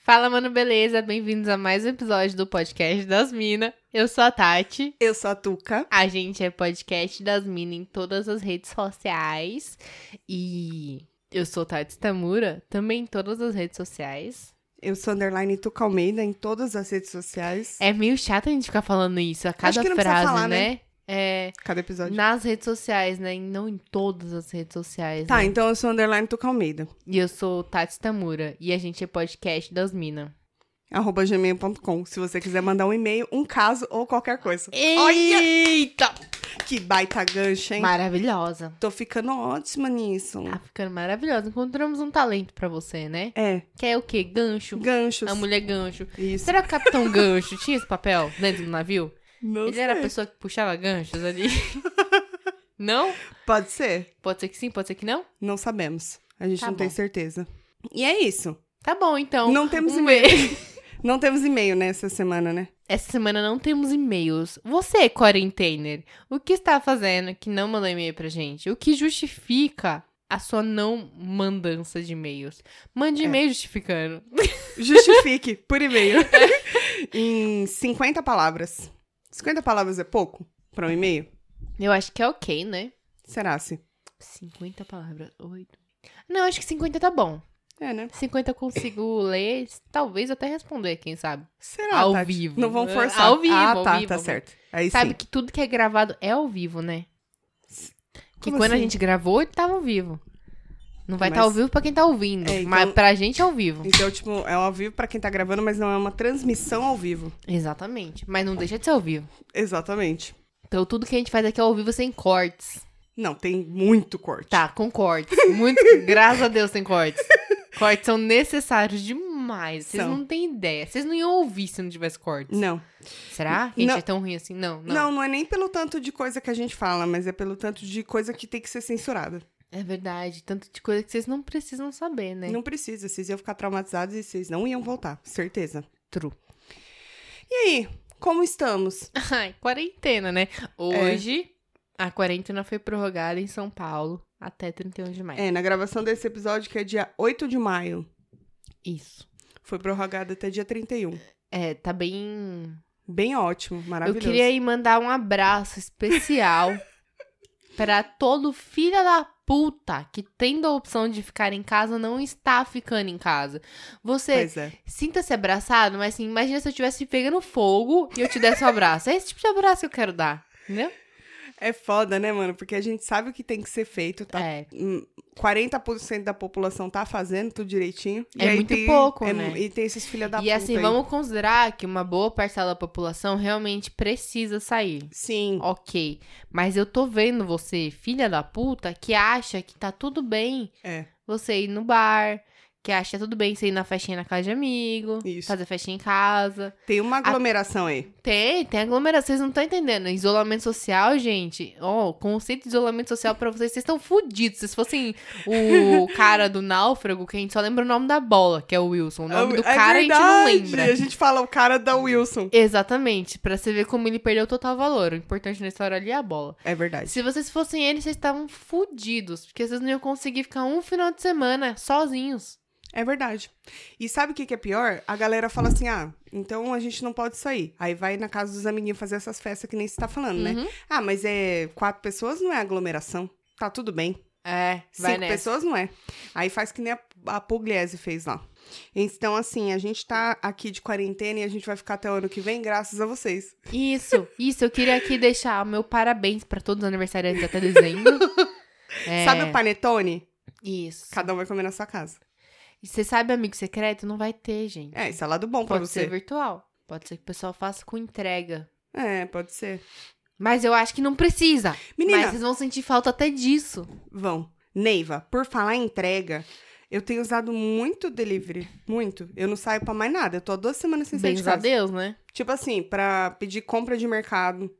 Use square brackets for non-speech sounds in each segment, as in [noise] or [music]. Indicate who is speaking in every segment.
Speaker 1: Fala, mano, beleza? Bem-vindos a mais um episódio do Podcast das Minas. Eu sou a Tati.
Speaker 2: Eu sou a Tuca.
Speaker 1: A gente é Podcast das Minas em todas as redes sociais. E eu sou Tati Tamura, também em todas as redes sociais.
Speaker 2: Eu sou underline Tuca Almeida em todas as redes sociais.
Speaker 1: É meio chato a gente ficar falando isso a cada
Speaker 2: que não precisa
Speaker 1: frase,
Speaker 2: falar, né?
Speaker 1: né? É,
Speaker 2: Cada episódio.
Speaker 1: nas redes sociais, né? E não em todas as redes sociais.
Speaker 2: Tá,
Speaker 1: né?
Speaker 2: então eu sou underline Tuca Almeida.
Speaker 1: E eu sou Tati Tamura. E a gente é podcast das minas.
Speaker 2: Arroba gmail.com. Se você quiser mandar um e-mail, um caso ou qualquer coisa. Olha
Speaker 1: Eita!
Speaker 2: que baita gancho, hein?
Speaker 1: Maravilhosa.
Speaker 2: Tô ficando ótima nisso.
Speaker 1: Tá ficando maravilhosa. Encontramos um talento pra você, né?
Speaker 2: É,
Speaker 1: Quer o quê? Gancho?
Speaker 2: ganchos.
Speaker 1: A mulher gancho.
Speaker 2: Isso.
Speaker 1: Será que o [laughs] Capitão Gancho tinha esse papel dentro do navio?
Speaker 2: Não
Speaker 1: Ele era a pessoa que puxava ganchos [laughs] ali? não?
Speaker 2: Pode ser?
Speaker 1: Pode ser que sim, pode ser que não?
Speaker 2: Não sabemos. A gente
Speaker 1: Tá
Speaker 2: não
Speaker 1: bom.
Speaker 2: tem certeza. E é isso.
Speaker 1: Tá bom, então.
Speaker 2: Não temos
Speaker 1: um
Speaker 2: e-mail.
Speaker 1: e-mail.
Speaker 2: [laughs] Não temos e-mail nessa semana, né?
Speaker 1: Essa semana não temos e-mails. Você, quarentainer, o que está fazendo que não mandou e-mail pra gente? O que justifica a sua não mandança de e-mails? Mande
Speaker 2: É.
Speaker 1: e-mail justificando.
Speaker 2: Justifique
Speaker 1: [laughs]
Speaker 2: por e-mail.
Speaker 1: É.
Speaker 2: [laughs] em 50 palavras. 50 palavras é pouco pra
Speaker 1: Uhum.
Speaker 2: um e-mail?
Speaker 1: Eu acho que é ok, né?
Speaker 2: Será se?
Speaker 1: 50 palavras. 8. Não, acho que 50 tá bom.
Speaker 2: É, né?
Speaker 1: 50 eu
Speaker 2: [coughs]
Speaker 1: consigo ler, talvez até responder, quem sabe.
Speaker 2: Será?
Speaker 1: Ao
Speaker 2: Tati?
Speaker 1: vivo. né?
Speaker 2: Não vão forçar.
Speaker 1: Ao vivo,
Speaker 2: Ah,
Speaker 1: ao
Speaker 2: tá,
Speaker 1: vivo,
Speaker 2: tá
Speaker 1: ao
Speaker 2: certo. Aí
Speaker 1: sabe
Speaker 2: sim.
Speaker 1: que tudo que é gravado é ao vivo, né? Que
Speaker 2: Como
Speaker 1: quando a
Speaker 2: assim?
Speaker 1: gente gravou, ele tava ao vivo. Não vai estar
Speaker 2: Mas-
Speaker 1: ao vivo pra quem tá ouvindo,
Speaker 2: É, então-
Speaker 1: mas pra gente é ao vivo.
Speaker 2: Então, tipo, é ao vivo pra quem tá gravando, mas não é uma transmissão ao vivo.
Speaker 1: Exatamente. Mas não deixa de ser ao vivo.
Speaker 2: Exatamente.
Speaker 1: Então tudo que a gente faz aqui é ao vivo sem cortes.
Speaker 2: Não, tem muito corte.
Speaker 1: Tá, com
Speaker 2: [laughs]
Speaker 1: cortes. Muito, graças a Deus tem cortes. Cortes são necessários demais. Vocês
Speaker 2: São.
Speaker 1: não têm ideia. Vocês não iam ouvir se não tivesse cortes.
Speaker 2: Não.
Speaker 1: Será? Que a gente
Speaker 2: Não.
Speaker 1: é tão ruim assim? Não,
Speaker 2: não.
Speaker 1: não.
Speaker 2: Não, é nem pelo tanto de coisa que a gente fala, mas é pelo tanto de coisa que tem que ser censurada.
Speaker 1: É verdade. Tanto de coisa que vocês não precisam saber, né?
Speaker 2: Não precisa, vocês iam ficar traumatizados e vocês não iam voltar, certeza.
Speaker 1: True.
Speaker 2: E aí, como estamos?
Speaker 1: Ai, quarentena, né? Hoje, a quarentena foi prorrogada em São Paulo até 31 de maio.
Speaker 2: É, na gravação desse episódio, que é dia 8 de maio,
Speaker 1: Isso.
Speaker 2: foi prorrogada até dia 31.
Speaker 1: É, tá bem.
Speaker 2: Bem ótimo,
Speaker 1: Eu
Speaker 2: maravilhoso.
Speaker 1: queria aí mandar um abraço [laughs] especial pra todo filho da puta que tendo a opção de ficar em casa não está ficando em casa. Você
Speaker 2: Pois é.
Speaker 1: Sinta-se abraçado, mas assim, imagina se eu tivesse pegando fogo e eu te desse um abraço. É esse tipo de abraço que eu quero dar, entendeu?
Speaker 2: É foda, né, mano? Porque a gente sabe o que tem que ser feito, tá?
Speaker 1: É.
Speaker 2: Hum, 40% da população tá fazendo tudo direitinho.
Speaker 1: É
Speaker 2: aí
Speaker 1: muito
Speaker 2: tem-
Speaker 1: pouco,
Speaker 2: é
Speaker 1: né?
Speaker 2: mu- E tem esses filha da
Speaker 1: E
Speaker 2: puta
Speaker 1: assim,
Speaker 2: aí.
Speaker 1: vamos considerar que uma boa parcela da população realmente precisa sair.
Speaker 2: Sim,
Speaker 1: Ok. Mas eu tô vendo você, filha da puta, que acha que tá tudo bem
Speaker 2: é.
Speaker 1: você ir no bar, que acha tudo bem você ir na festinha na casa de amigo,
Speaker 2: Isso.
Speaker 1: fazer festinha em casa.
Speaker 2: Tem uma aglomeração aí.
Speaker 1: Tem, tem aglomeração. Vocês não estão entendendo. Isolamento social, gente. Ó, o conceito de isolamento social pra vocês, vocês estão fudidos. Vocês fossem o
Speaker 2: [laughs]
Speaker 1: cara do náufrago, que a gente só lembra o nome da bola, que é o Wilson. O nome do
Speaker 2: É
Speaker 1: cara a gente não
Speaker 2: verdade,
Speaker 1: lembra.
Speaker 2: A gente fala o cara da Wilson.
Speaker 1: Exatamente, pra você ver como ele perdeu total valor. O importante na história ali é a bola.
Speaker 2: É verdade.
Speaker 1: Se vocês fossem ele, vocês estavam fudidos, porque vocês não iam conseguir ficar um final de semana sozinhos.
Speaker 2: É verdade. E sabe o que, que é pior? A galera fala assim: ah, então a gente não pode sair. Aí vai na casa dos amiguinhos fazer essas festas que nem você tá falando, né?
Speaker 1: Uhum.
Speaker 2: Ah, mas é quatro pessoas não é aglomeração. Tá tudo bem.
Speaker 1: É, vai
Speaker 2: Cinco
Speaker 1: nessa.
Speaker 2: pessoas não é. Aí faz que nem a, a Pugliese fez lá. Então, assim, a gente tá aqui de quarentena e a gente vai ficar até o ano que vem, graças a vocês.
Speaker 1: Isso, isso. Eu queria aqui deixar o meu parabéns pra todos os aniversariantes até dezembro.
Speaker 2: [laughs]
Speaker 1: É,
Speaker 2: Sabe o panetone?
Speaker 1: Isso.
Speaker 2: Cada um vai comer na sua casa.
Speaker 1: E você sabe amigo secreto? Não vai ter, gente.
Speaker 2: É, isso é lado bom pra
Speaker 1: Pode ser
Speaker 2: você.
Speaker 1: virtual. Pode ser que o pessoal faça com entrega.
Speaker 2: É, pode ser.
Speaker 1: Mas eu acho que não precisa.
Speaker 2: Menina,
Speaker 1: Mas vocês vão sentir falta até disso.
Speaker 2: vão. Neiva, por falar em entrega, eu tenho usado muito delivery. Muito. Eu não saio pra mais nada. Eu tô há duas semanas sem sair é de
Speaker 1: Bens a
Speaker 2: casa.
Speaker 1: Deus, né?
Speaker 2: Tipo assim, pra pedir compra de mercado,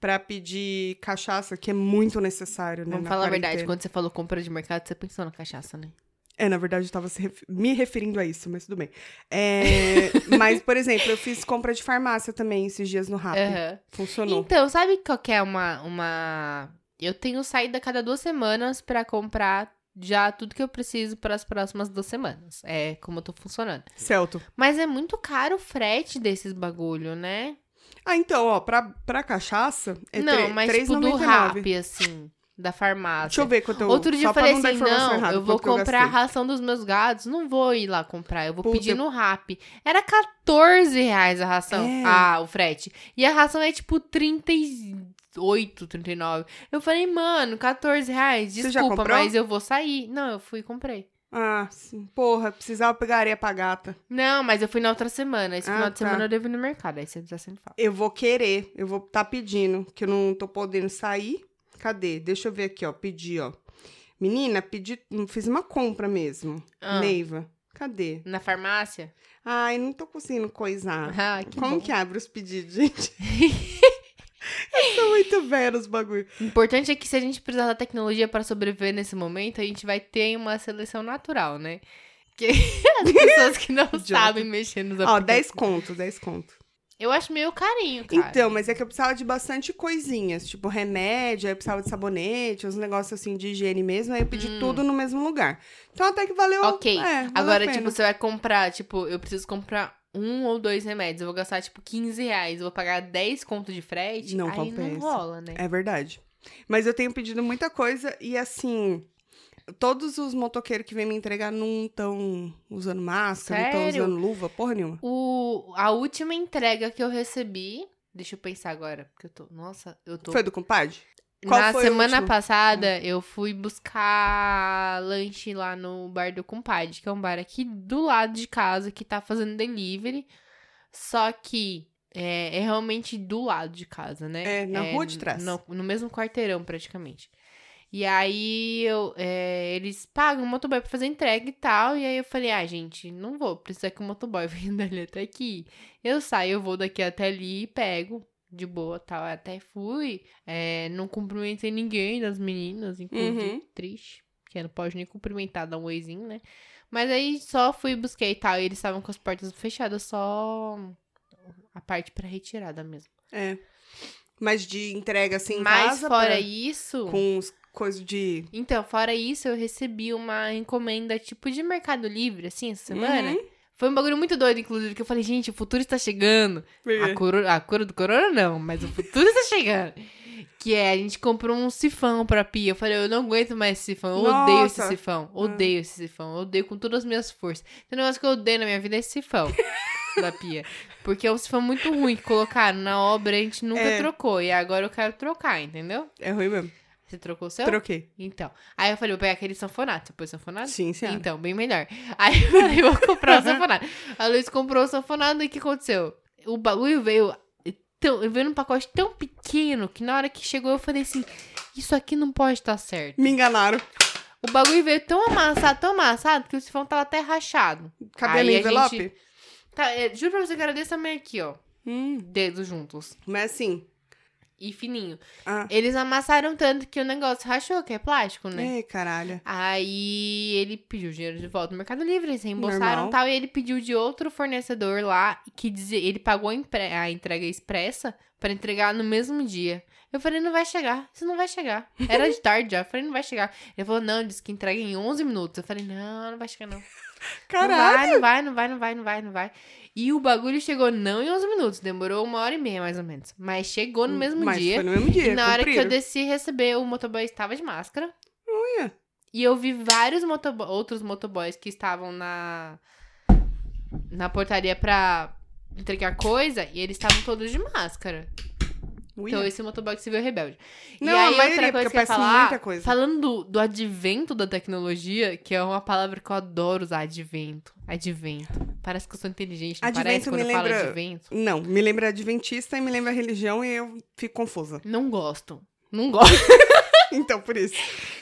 Speaker 2: pra pedir cachaça, que é muito necessário, né?
Speaker 1: Vamos
Speaker 2: na
Speaker 1: falar a verdade,
Speaker 2: quarentena.
Speaker 1: quando você falou compra de mercado, você pensou na cachaça, né?
Speaker 2: É, na verdade, eu tava se ref- me referindo a isso, mas tudo bem. É, [laughs] mas, por exemplo, eu fiz compra de farmácia também esses dias no Rappi.
Speaker 1: Aham.
Speaker 2: Funcionou.
Speaker 1: Então, sabe qual que é uma, uma... Eu tenho saída a cada duas semanas pra comprar já tudo que eu preciso para as próximas duas semanas. É como eu tô funcionando.
Speaker 2: Celto.
Speaker 1: Mas é muito caro o frete desses bagulho, né?
Speaker 2: Ah, então, ó, pra, pra cachaça é
Speaker 1: não,
Speaker 2: tre-
Speaker 1: mas tipo do
Speaker 2: 3,99.
Speaker 1: rap, assim, da farmácia.
Speaker 2: Deixa eu ver quanto eu
Speaker 1: Outro dia
Speaker 2: só
Speaker 1: eu falei
Speaker 2: pra não dar
Speaker 1: assim,
Speaker 2: informação
Speaker 1: não,
Speaker 2: errada,
Speaker 1: eu vou
Speaker 2: quanto que eu
Speaker 1: comprar a
Speaker 2: gastei.
Speaker 1: ração dos meus gados, não vou ir lá comprar, eu vou
Speaker 2: Puta,
Speaker 1: pedir
Speaker 2: eu-
Speaker 1: no rap. Era 14 reais a ração,
Speaker 2: É.
Speaker 1: ah, o frete. E a ração é tipo 38, 39. Eu falei, mano, 14 reais,
Speaker 2: Você já
Speaker 1: desculpa,
Speaker 2: comprou?
Speaker 1: mas eu vou sair. Não, eu fui e comprei.
Speaker 2: Ah, sim. porra, precisava pegar areia pra gata.
Speaker 1: Não, mas eu fui na outra semana, esse
Speaker 2: Ah,
Speaker 1: final de
Speaker 2: tá.
Speaker 1: semana eu devo ir no mercado, aí você tá sendo falta.
Speaker 2: Eu vou querer, eu vou tá pedindo, que eu não tô podendo sair. Cadê? Deixa eu ver aqui, ó, pedi, ó. Menina, pedi, fiz uma compra mesmo.
Speaker 1: Ah.
Speaker 2: Neiva, cadê?
Speaker 1: Na farmácia?
Speaker 2: Ai, não tô
Speaker 1: [laughs]
Speaker 2: conseguindo coisar.
Speaker 1: Ah, que
Speaker 2: Como
Speaker 1: bom.
Speaker 2: que abre os
Speaker 1: [laughs]
Speaker 2: pedidos, gente? [laughs] Eu sou muito velha os bagulho.
Speaker 1: O importante é que se a gente precisar da tecnologia para sobreviver nesse momento, a gente vai ter uma seleção natural, né? Que [laughs] as pessoas que
Speaker 2: [laughs]
Speaker 1: não
Speaker 2: Idiota.
Speaker 1: sabem mexer nos
Speaker 2: Ó,
Speaker 1: aplicativos.
Speaker 2: 10 conto, 10 conto.
Speaker 1: Eu acho meio carinho, cara.
Speaker 2: Então, mas é que eu precisava de bastante coisinhas, tipo remédio, aí eu precisava de sabonete, uns negócios assim de higiene mesmo, aí eu pedi tudo no mesmo lugar. Então até que valeu.
Speaker 1: Hum. Ok.
Speaker 2: é, valeu
Speaker 1: Agora,
Speaker 2: a
Speaker 1: tipo,
Speaker 2: pena.
Speaker 1: você vai comprar, tipo, eu preciso comprar um ou dois remédios. Eu vou gastar, tipo, 15 reais. Eu vou pagar 10 conto de frete.
Speaker 2: Não
Speaker 1: aí
Speaker 2: compensa.
Speaker 1: não rola, né?
Speaker 2: É verdade. Mas eu tenho pedido muita coisa e assim, todos os motoqueiros que vêm me entregar não estão usando máscara, não
Speaker 1: Sério?
Speaker 2: estão usando luva, porra nenhuma.
Speaker 1: O, a última entrega que eu recebi. Deixa eu pensar agora, porque eu tô. Nossa, eu tô
Speaker 2: Foi do compadre? Qual
Speaker 1: Na
Speaker 2: foi o
Speaker 1: semana
Speaker 2: último? Hum.
Speaker 1: passada, eu fui buscar lanche lá no bar do compadre, que é um bar aqui do lado de casa que tá fazendo delivery. Só que é, é realmente do lado de casa, né?
Speaker 2: É, na rua de trás.
Speaker 1: No, no mesmo quarteirão, praticamente. E aí eu, é, eles pagam o motoboy pra fazer entrega e tal. E aí eu falei, ah, gente, não vou. Precisa que o motoboy [laughs] venha dali até aqui. Eu saio, eu vou daqui até ali e pego. De boa, tal. Até fui. É, não cumprimentei ninguém das meninas, inclusive.
Speaker 2: Uhum.
Speaker 1: Triste. Porque não pode nem cumprimentar, dar um oizinho, né? Mas aí só fui, busquei e tal. E eles estavam com as portas fechadas, só a parte pra retirada mesmo.
Speaker 2: É. Mas de entrega assim em
Speaker 1: Mas
Speaker 2: casa,
Speaker 1: fora
Speaker 2: pra-
Speaker 1: isso.
Speaker 2: com os coisas de
Speaker 1: Então, fora isso, eu recebi uma encomenda tipo de Mercado Livre, assim, essa semana.
Speaker 2: Uhum.
Speaker 1: Foi um bagulho muito doido, inclusive, que eu falei, gente, o futuro está
Speaker 2: [laughs]
Speaker 1: chegando. A cura, a cura do corona não, mas o futuro está chegando. Que é, a gente comprou um sifão pra pia. Eu falei, eu não aguento mais esse sifão, eu odeio esse
Speaker 2: Nossa. Ah.
Speaker 1: sifão, odeio esse sifão, eu odeio com todas as minhas forças. Tem um negócio que eu odeio na minha vida é esse
Speaker 2: [laughs]
Speaker 1: sifão da pia. Porque é um sifão muito ruim que colocaram na obra e a gente nunca
Speaker 2: É.
Speaker 1: trocou. E agora eu quero trocar, entendeu?
Speaker 2: É ruim mesmo.
Speaker 1: Você trocou o seu?
Speaker 2: Troquei.
Speaker 1: Então. Aí eu falei, vou pegar aquele sanfonado. Você pôs sanfonado?
Speaker 2: Sim, senhora.
Speaker 1: Então, bem melhor. [laughs] Aí eu falei, vou comprar o sanfonado. A Luiz comprou o sanfonado e o que aconteceu? O bagulho veio. Tão, veio num pacote tão pequeno que na hora que chegou eu falei assim: Isso aqui não pode estar certo.
Speaker 2: Me enganaram.
Speaker 1: O bagulho veio tão amassado, tão amassado, que o sifão tava até rachado.
Speaker 2: Cabelo
Speaker 1: Aí a
Speaker 2: envelope?
Speaker 1: gente- Tá, é, juro pra você que era desse tamanho aqui, ó.
Speaker 2: Hum,
Speaker 1: Dedos juntos.
Speaker 2: mas assim.
Speaker 1: E fininho.
Speaker 2: Ah,
Speaker 1: Eles amassaram tanto que o negócio rachou, que é plástico, né?
Speaker 2: Ei, caralho.
Speaker 1: Aí ele pediu o dinheiro de volta no Mercado Livre, eles reembolsaram
Speaker 2: Normal.
Speaker 1: e tal, e ele pediu de outro fornecedor lá que dizia, ele pagou a, empre- a entrega expressa pra entregar no mesmo dia. Eu falei, não vai chegar, isso não vai chegar. Era de tarde já, eu falei, não vai chegar. Ele falou, não, disse que entrega em 11 minutos. Eu falei, não, não vai chegar não.
Speaker 2: Caralho.
Speaker 1: Não vai, não vai, não vai, não vai, não vai, não vai. E o bagulho chegou não em 11 minutos, demorou uma hora e meia mais ou menos. Mas chegou no mesmo
Speaker 2: Hum, mas
Speaker 1: dia.
Speaker 2: Foi no mesmo dia.
Speaker 1: E na hora que eu
Speaker 2: cumpriram.
Speaker 1: desci receber, o motoboy estava de máscara.
Speaker 2: Olha.
Speaker 1: E eu vi vários motobo outros motoboys que estavam na na portaria pra entregar coisa e eles estavam todos de máscara.
Speaker 2: Ui.
Speaker 1: Então esse motoboy que se viu rebelte.
Speaker 2: Não,
Speaker 1: e
Speaker 2: a
Speaker 1: aí
Speaker 2: maioria,
Speaker 1: outra coisa
Speaker 2: porque
Speaker 1: que eu ia
Speaker 2: eu peço
Speaker 1: falar,
Speaker 2: muita coisa.
Speaker 1: falando do, do advento da tecnologia, que é uma palavra que eu adoro usar, advento. Advento. Parece que eu sou inteligente, não
Speaker 2: Advento
Speaker 1: parece
Speaker 2: me
Speaker 1: quando eu falo
Speaker 2: lembra-
Speaker 1: advento.
Speaker 2: Não, me lembra adventista e me lembra religião e eu
Speaker 1: [laughs]
Speaker 2: fico confusa.
Speaker 1: Não gosto. Não gosto.
Speaker 2: Então, por isso.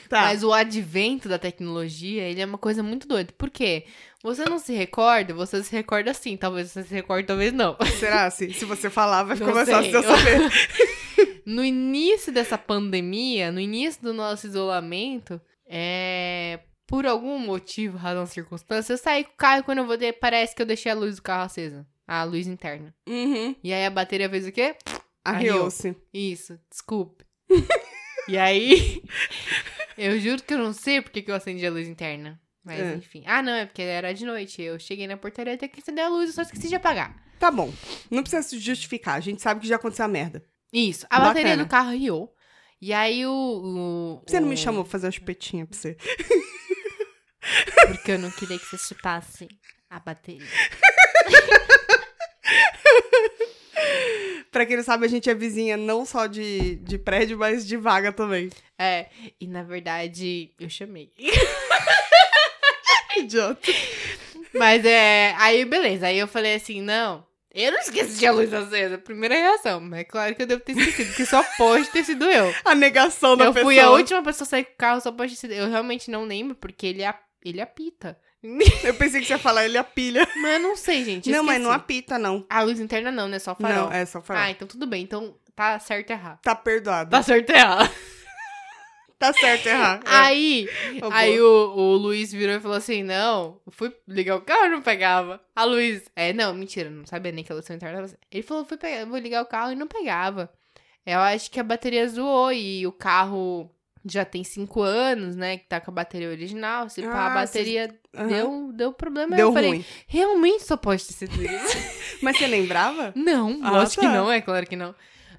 Speaker 2: Tá.
Speaker 1: Mas o advento da tecnologia, ele é uma coisa muito doida. Por quê? Você não se recorda, você se recorda sim. Talvez você se recorde, talvez não. [laughs]
Speaker 2: [laughs] Será? Se, se você falar, vai
Speaker 1: Não
Speaker 2: ficar mais fácil de eu
Speaker 1: sei. [laughs]
Speaker 2: saber.
Speaker 1: No início dessa pandemia, no início do nosso isolamento, é... por algum motivo, razão, circunstância, eu saí com o carro e quando eu voltei, parece que eu deixei a luz do carro acesa. A luz interna.
Speaker 2: Uhum.
Speaker 1: E aí a bateria fez o quê?
Speaker 2: Arriou-se. [laughs]
Speaker 1: Isso, desculpe. e aí, Eu juro que eu não sei porque que eu acendi a luz interna. Mas
Speaker 2: É.
Speaker 1: enfim. Ah, não, é porque era de noite. Eu cheguei na portaria até que acendeu a luz, eu só esqueci de apagar.
Speaker 2: Tá bom. Não precisa se justificar. A gente sabe que já aconteceu a merda.
Speaker 1: Isso. A
Speaker 2: Bacana.
Speaker 1: bateria do carro riou. E aí o. o-
Speaker 2: Você não
Speaker 1: o-
Speaker 2: me chamou pra fazer uma chupetinha pra você.
Speaker 1: Porque eu não queria que você chupasse a bateria.
Speaker 2: Pra quem não sabe, a gente é vizinha não só de, de prédio, mas de vaga também.
Speaker 1: É, e na verdade, eu chamei.
Speaker 2: [laughs] Idiota.
Speaker 1: Mas é. Aí, beleza. Aí eu falei assim: não, eu não esqueci a luz acesa. Primeira reação. Mas é claro que eu devo ter esquecido, porque só pode ter sido eu.
Speaker 2: A negação da
Speaker 1: Eu
Speaker 2: pessoa.
Speaker 1: fui a última pessoa a sair com o carro, só pode ter sido. Eu realmente não lembro, porque ele, ap- ele apita.
Speaker 2: Eu pensei que você ia falar, ele apilha.
Speaker 1: Mas eu não sei, gente. eu
Speaker 2: Não, mas
Speaker 1: esqueci.
Speaker 2: não apita, não.
Speaker 1: A luz interna não, né? Só o farol.
Speaker 2: Não, é só farol.
Speaker 1: Ah, então tudo bem. Então tá certo e errado.
Speaker 2: Tá perdoado.
Speaker 1: Tá certo e errado.
Speaker 2: Tá certo,
Speaker 1: [laughs]
Speaker 2: errar. É.
Speaker 1: Aí,
Speaker 2: Ô,
Speaker 1: aí o, o Luiz virou e falou assim: Não, eu fui ligar o carro e não pegava. A Luiz, é, não, mentira, não sabia nem que a luz interna tava. Ele falou: fui pegar, vou ligar o carro e não pegava. Eu acho que a bateria zoou e o carro já tem cinco anos, né? Que tá com a bateria original. Se pá, a
Speaker 2: Ah, vocês-
Speaker 1: bateria
Speaker 2: Aham.
Speaker 1: deu, deu problema.
Speaker 2: Deu
Speaker 1: eu falei:
Speaker 2: ruim.
Speaker 1: Realmente só pode ter sido
Speaker 2: [laughs]
Speaker 1: isso.
Speaker 2: Mas você lembrava?
Speaker 1: Não,
Speaker 2: Ah,
Speaker 1: lógico que
Speaker 2: tá.
Speaker 1: não, é claro que não.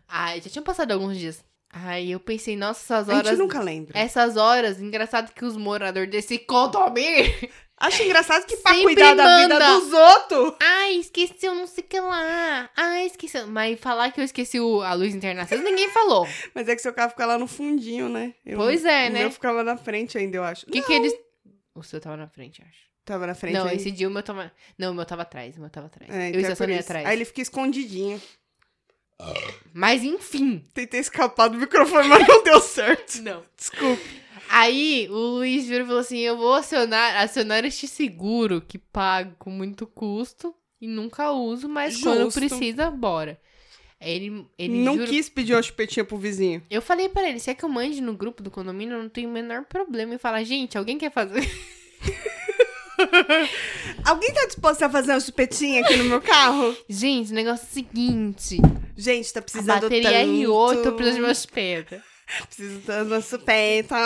Speaker 1: Ai, já tinha passado alguns dias. Ai, eu pensei, nossa, essas
Speaker 2: A gente
Speaker 1: horas. É.
Speaker 2: nunca lembra.
Speaker 1: Essas horas, engraçado que os moradores desse condomínio.
Speaker 2: Acho engraçado que pra
Speaker 1: Sempre
Speaker 2: cuidar da
Speaker 1: manda.
Speaker 2: vida dos outros.
Speaker 1: Ai, esqueceu, não sei o que lá. Ai, esqueceu. Mas falar que eu esqueci o- a luz interna acesa, ninguém falou. O
Speaker 2: Mas é que seu carro fica lá no fundinho, né? Eu-
Speaker 1: Pois é,
Speaker 2: o
Speaker 1: né?
Speaker 2: meu ficava na frente ainda, eu acho.
Speaker 1: que, que eles. O seu tava na frente, eu acho.
Speaker 2: Tava na frente
Speaker 1: não,
Speaker 2: ainda.
Speaker 1: esse dia o meu tava. Não, o meu tava atrás. O meu tava atrás.
Speaker 2: É,
Speaker 1: eu
Speaker 2: então é por
Speaker 1: estacionei
Speaker 2: isso.
Speaker 1: atrás.
Speaker 2: Aí ele fica escondidinho.
Speaker 1: Mas enfim.
Speaker 2: Tentei escapar do microfone, mas não deu certo.
Speaker 1: Não.
Speaker 2: Desculpa.
Speaker 1: Aí o Luiz virou e falou assim: Eu vou acionar, acionar este seguro que pago com muito custo e nunca uso, mas quando
Speaker 2: Justo.
Speaker 1: precisa, bora. Ele, ele
Speaker 2: não
Speaker 1: jurou-
Speaker 2: quis pedir uma chupetinha pro vizinho.
Speaker 1: Eu falei pra ele, se é que eu mande no grupo do condomínio, eu não tenho o menor problema em falar, gente, alguém quer fazer? [laughs]
Speaker 2: Alguém tá disposto a fazer uma chupetinha aqui no meu carro?
Speaker 1: gente, o negócio é o seguinte,
Speaker 2: Gente, tá
Speaker 1: a
Speaker 2: precisando
Speaker 1: bateria é
Speaker 2: tanto.
Speaker 1: R8, eu preciso de umas pedras.
Speaker 2: Preciso de uma chupeta.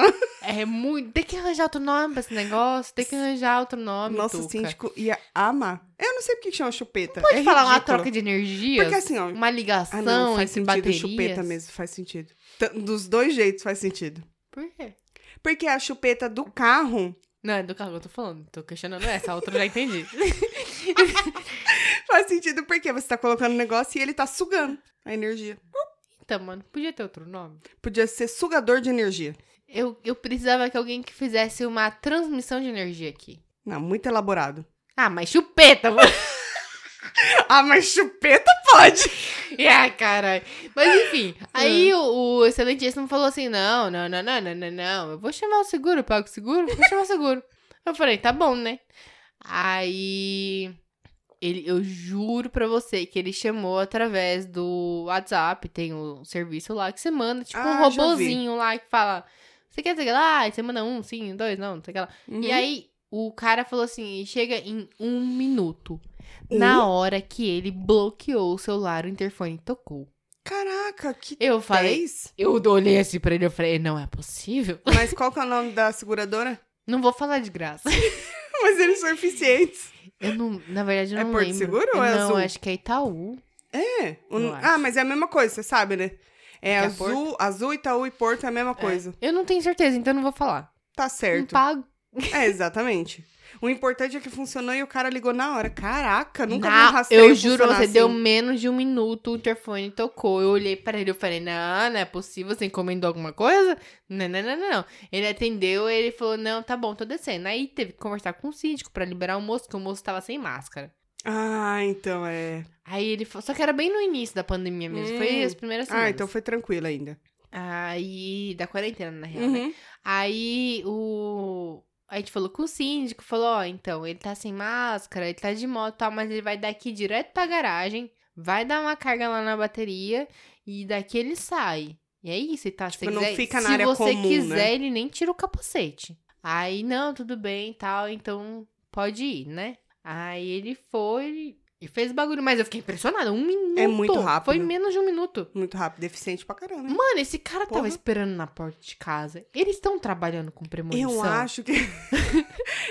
Speaker 1: É muito, tem que arranjar outro nome pra esse negócio, tem que arranjar outro nome,
Speaker 2: Nossa, o
Speaker 1: Tuca.
Speaker 2: síndico ia amar. Eu não sei porque que chama chupeta.
Speaker 1: Pode
Speaker 2: é
Speaker 1: falar uma
Speaker 2: ridículo.
Speaker 1: troca de energia,
Speaker 2: Porque assim, ó.
Speaker 1: uma ligação
Speaker 2: Ah, não, faz
Speaker 1: entre
Speaker 2: sentido.
Speaker 1: baterias.
Speaker 2: Chupeta mesmo, faz sentido. Tan- Dos dois jeitos faz sentido.
Speaker 1: Por quê?
Speaker 2: Porque a chupeta do carro
Speaker 1: Não, é do carro que eu tô falando, tô questionando essa, a outra eu já
Speaker 2: [laughs]
Speaker 1: entendi.
Speaker 2: faz sentido porque você tá colocando um negócio e ele tá sugando a energia.
Speaker 1: então, mano, podia ter outro nome.
Speaker 2: Podia ser sugador de energia.
Speaker 1: Eu, eu precisava que alguém que fizesse uma transmissão de energia aqui.
Speaker 2: Não, muito elaborado.
Speaker 1: Ah, mas chupeta, mano.
Speaker 2: Ah, mas chupeta pode!
Speaker 1: [laughs] Ah, caralho. Mas enfim, aí
Speaker 2: Ah.
Speaker 1: o, o excelentíssimo falou assim: não, não, não, não, não, não, não. Eu vou chamar o seguro, eu pago o seguro, vou chamar o
Speaker 2: [laughs]
Speaker 1: seguro. Eu falei, tá bom, né? Aí ele, eu juro pra você que ele chamou através do WhatsApp, tem um serviço lá que você manda, tipo um
Speaker 2: Ah, já vi.
Speaker 1: robozinho lá que fala. Você quer dizer lá? Aí você manda um, sim, dois, não, não sei o que lá. E aí o cara falou assim: chega em um minuto. Na hora que ele bloqueou o celular, o interfone tocou.
Speaker 2: Uhum. Caraca, que
Speaker 1: Eu falei.
Speaker 2: dez?
Speaker 1: Eu olhei assim pra ele e falei, não é possível.
Speaker 2: Mas qual que é o nome
Speaker 1: [laughs]
Speaker 2: da seguradora?
Speaker 1: Não vou falar de graça.
Speaker 2: Mas eles são eficientes.
Speaker 1: Eu não, na verdade, eu
Speaker 2: É
Speaker 1: não
Speaker 2: Porto
Speaker 1: lembro.
Speaker 2: Seguro ou
Speaker 1: Eu
Speaker 2: é
Speaker 1: Não,
Speaker 2: Azul?
Speaker 1: acho que é Itaú.
Speaker 2: É. o-
Speaker 1: Eu
Speaker 2: ah,
Speaker 1: acho.
Speaker 2: mas é a mesma coisa, você sabe, né?
Speaker 1: Que
Speaker 2: É,
Speaker 1: é
Speaker 2: azul, azul, Itaú e Porto é a mesma coisa.
Speaker 1: Eu não tenho certeza, então eu não vou falar.
Speaker 2: Tá
Speaker 1: Não
Speaker 2: certo.
Speaker 1: pago.
Speaker 2: É, exatamente. O importante é que funcionou e o cara ligou na hora. Caraca, nunca vi um
Speaker 1: Não,
Speaker 2: rastreio
Speaker 1: Ah, eu juro,
Speaker 2: funcionar
Speaker 1: você
Speaker 2: assim.
Speaker 1: deu menos de um minuto, o interfone tocou. Eu olhei pra ele e falei, não, não é possível, você encomendou alguma coisa? Não, não, não, não, não. Ele atendeu, ele falou, não, tá bom, tô descendo. Aí teve que conversar com o síndico pra liberar o moço, porque o moço tava sem máscara.
Speaker 2: Ah, então é.
Speaker 1: Aí ele falou, só que era bem no início da pandemia mesmo, foi
Speaker 2: Hum.
Speaker 1: as primeiras semanas.
Speaker 2: Ah, então foi tranquilo ainda.
Speaker 1: Aí, da quarentena, na real, né?
Speaker 2: Uhum.
Speaker 1: Aí o. A gente falou com o síndico, falou, ó, então, ele tá sem máscara, ele tá de moto e tal, mas ele vai daqui direto pra garagem, vai dar uma carga lá na bateria e daqui ele sai. E é isso, ele tá se
Speaker 2: Tipo, não
Speaker 1: quiser-
Speaker 2: fica na
Speaker 1: Se
Speaker 2: área
Speaker 1: você
Speaker 2: comum, né?
Speaker 1: quiser, ele nem tira o capacete. Aí, não, tudo bem e tal, então pode ir, né? Aí ele foi, E fez bagulho, mas eu fiquei impressionada. Um minuto.
Speaker 2: É muito rápido.
Speaker 1: Foi menos de um minuto.
Speaker 2: Muito rápido, eficiente pra caramba.
Speaker 1: Mano, esse cara tava
Speaker 2: Porra.
Speaker 1: esperando na porta de casa. Eles estão trabalhando com premonição.
Speaker 2: Eu acho que. [laughs]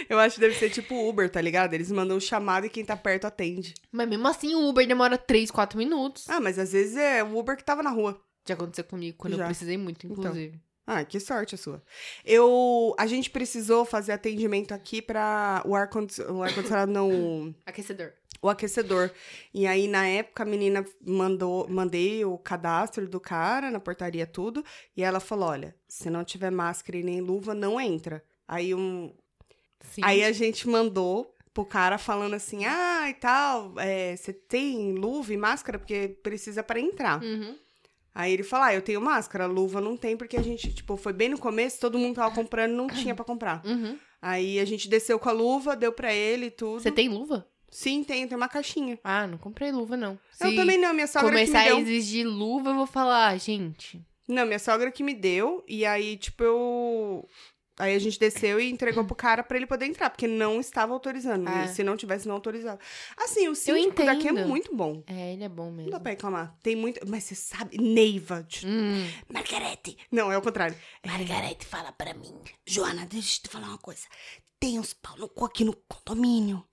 Speaker 2: eu acho que deve ser tipo Uber, tá ligado? Eles mandam um chamado e quem tá perto atende.
Speaker 1: Mas mesmo assim, o Uber demora 3, 4 minutos.
Speaker 2: Ah, mas às vezes é o Uber que tava na rua.
Speaker 1: Já aconteceu comigo quando eu
Speaker 2: Já.
Speaker 1: precisei muito,
Speaker 2: Então.
Speaker 1: inclusive.
Speaker 2: Ah, que sorte a sua. Eu. A gente precisou fazer atendimento aqui pra. O ar-condi- o ar-condicionado não.
Speaker 1: Aquecedor.
Speaker 2: o aquecedor. E aí, na época, a menina mandou, mandei o cadastro do cara na portaria, tudo. E ela falou: olha, se não tiver máscara e nem luva, não entra. Aí, um,
Speaker 1: Sim.
Speaker 2: aí a gente mandou pro cara falando assim: ah, e tal, é, você tem luva e máscara? Porque precisa para entrar.
Speaker 1: Uhum.
Speaker 2: Aí ele falou: ah, eu tenho máscara, luva não tem, porque a gente, tipo, foi bem no começo, todo mundo tava comprando, não tinha para comprar.
Speaker 1: Uhum.
Speaker 2: Aí a gente desceu com a luva, deu para ele e tudo.
Speaker 1: Você tem luva?
Speaker 2: Sim, tem, tem uma caixinha.
Speaker 1: Ah, não comprei luva, não.
Speaker 2: Eu
Speaker 1: Se
Speaker 2: também não, minha sogra que me um
Speaker 1: começar a
Speaker 2: deu.
Speaker 1: exigir luva, eu vou falar, "Ah, gente.
Speaker 2: Não, minha sogra que me deu, e aí, tipo, eu. Aí a gente desceu e entregou pro cara pra ele poder entrar, porque não estava autorizando.
Speaker 1: Ah.
Speaker 2: E se não tivesse, não autorizava. Assim, o síndico
Speaker 1: entendo.
Speaker 2: daqui é muito bom.
Speaker 1: É, ele é bom mesmo.
Speaker 2: Não dá pra reclamar. Tem muito. Mas você sabe. Neiva. tipo,
Speaker 1: Hum.
Speaker 2: Margarete. Não, é o contrário.
Speaker 3: Margarete fala pra mim. Joana, deixa eu te falar uma coisa. Tem uns pau no cu aqui no condomínio.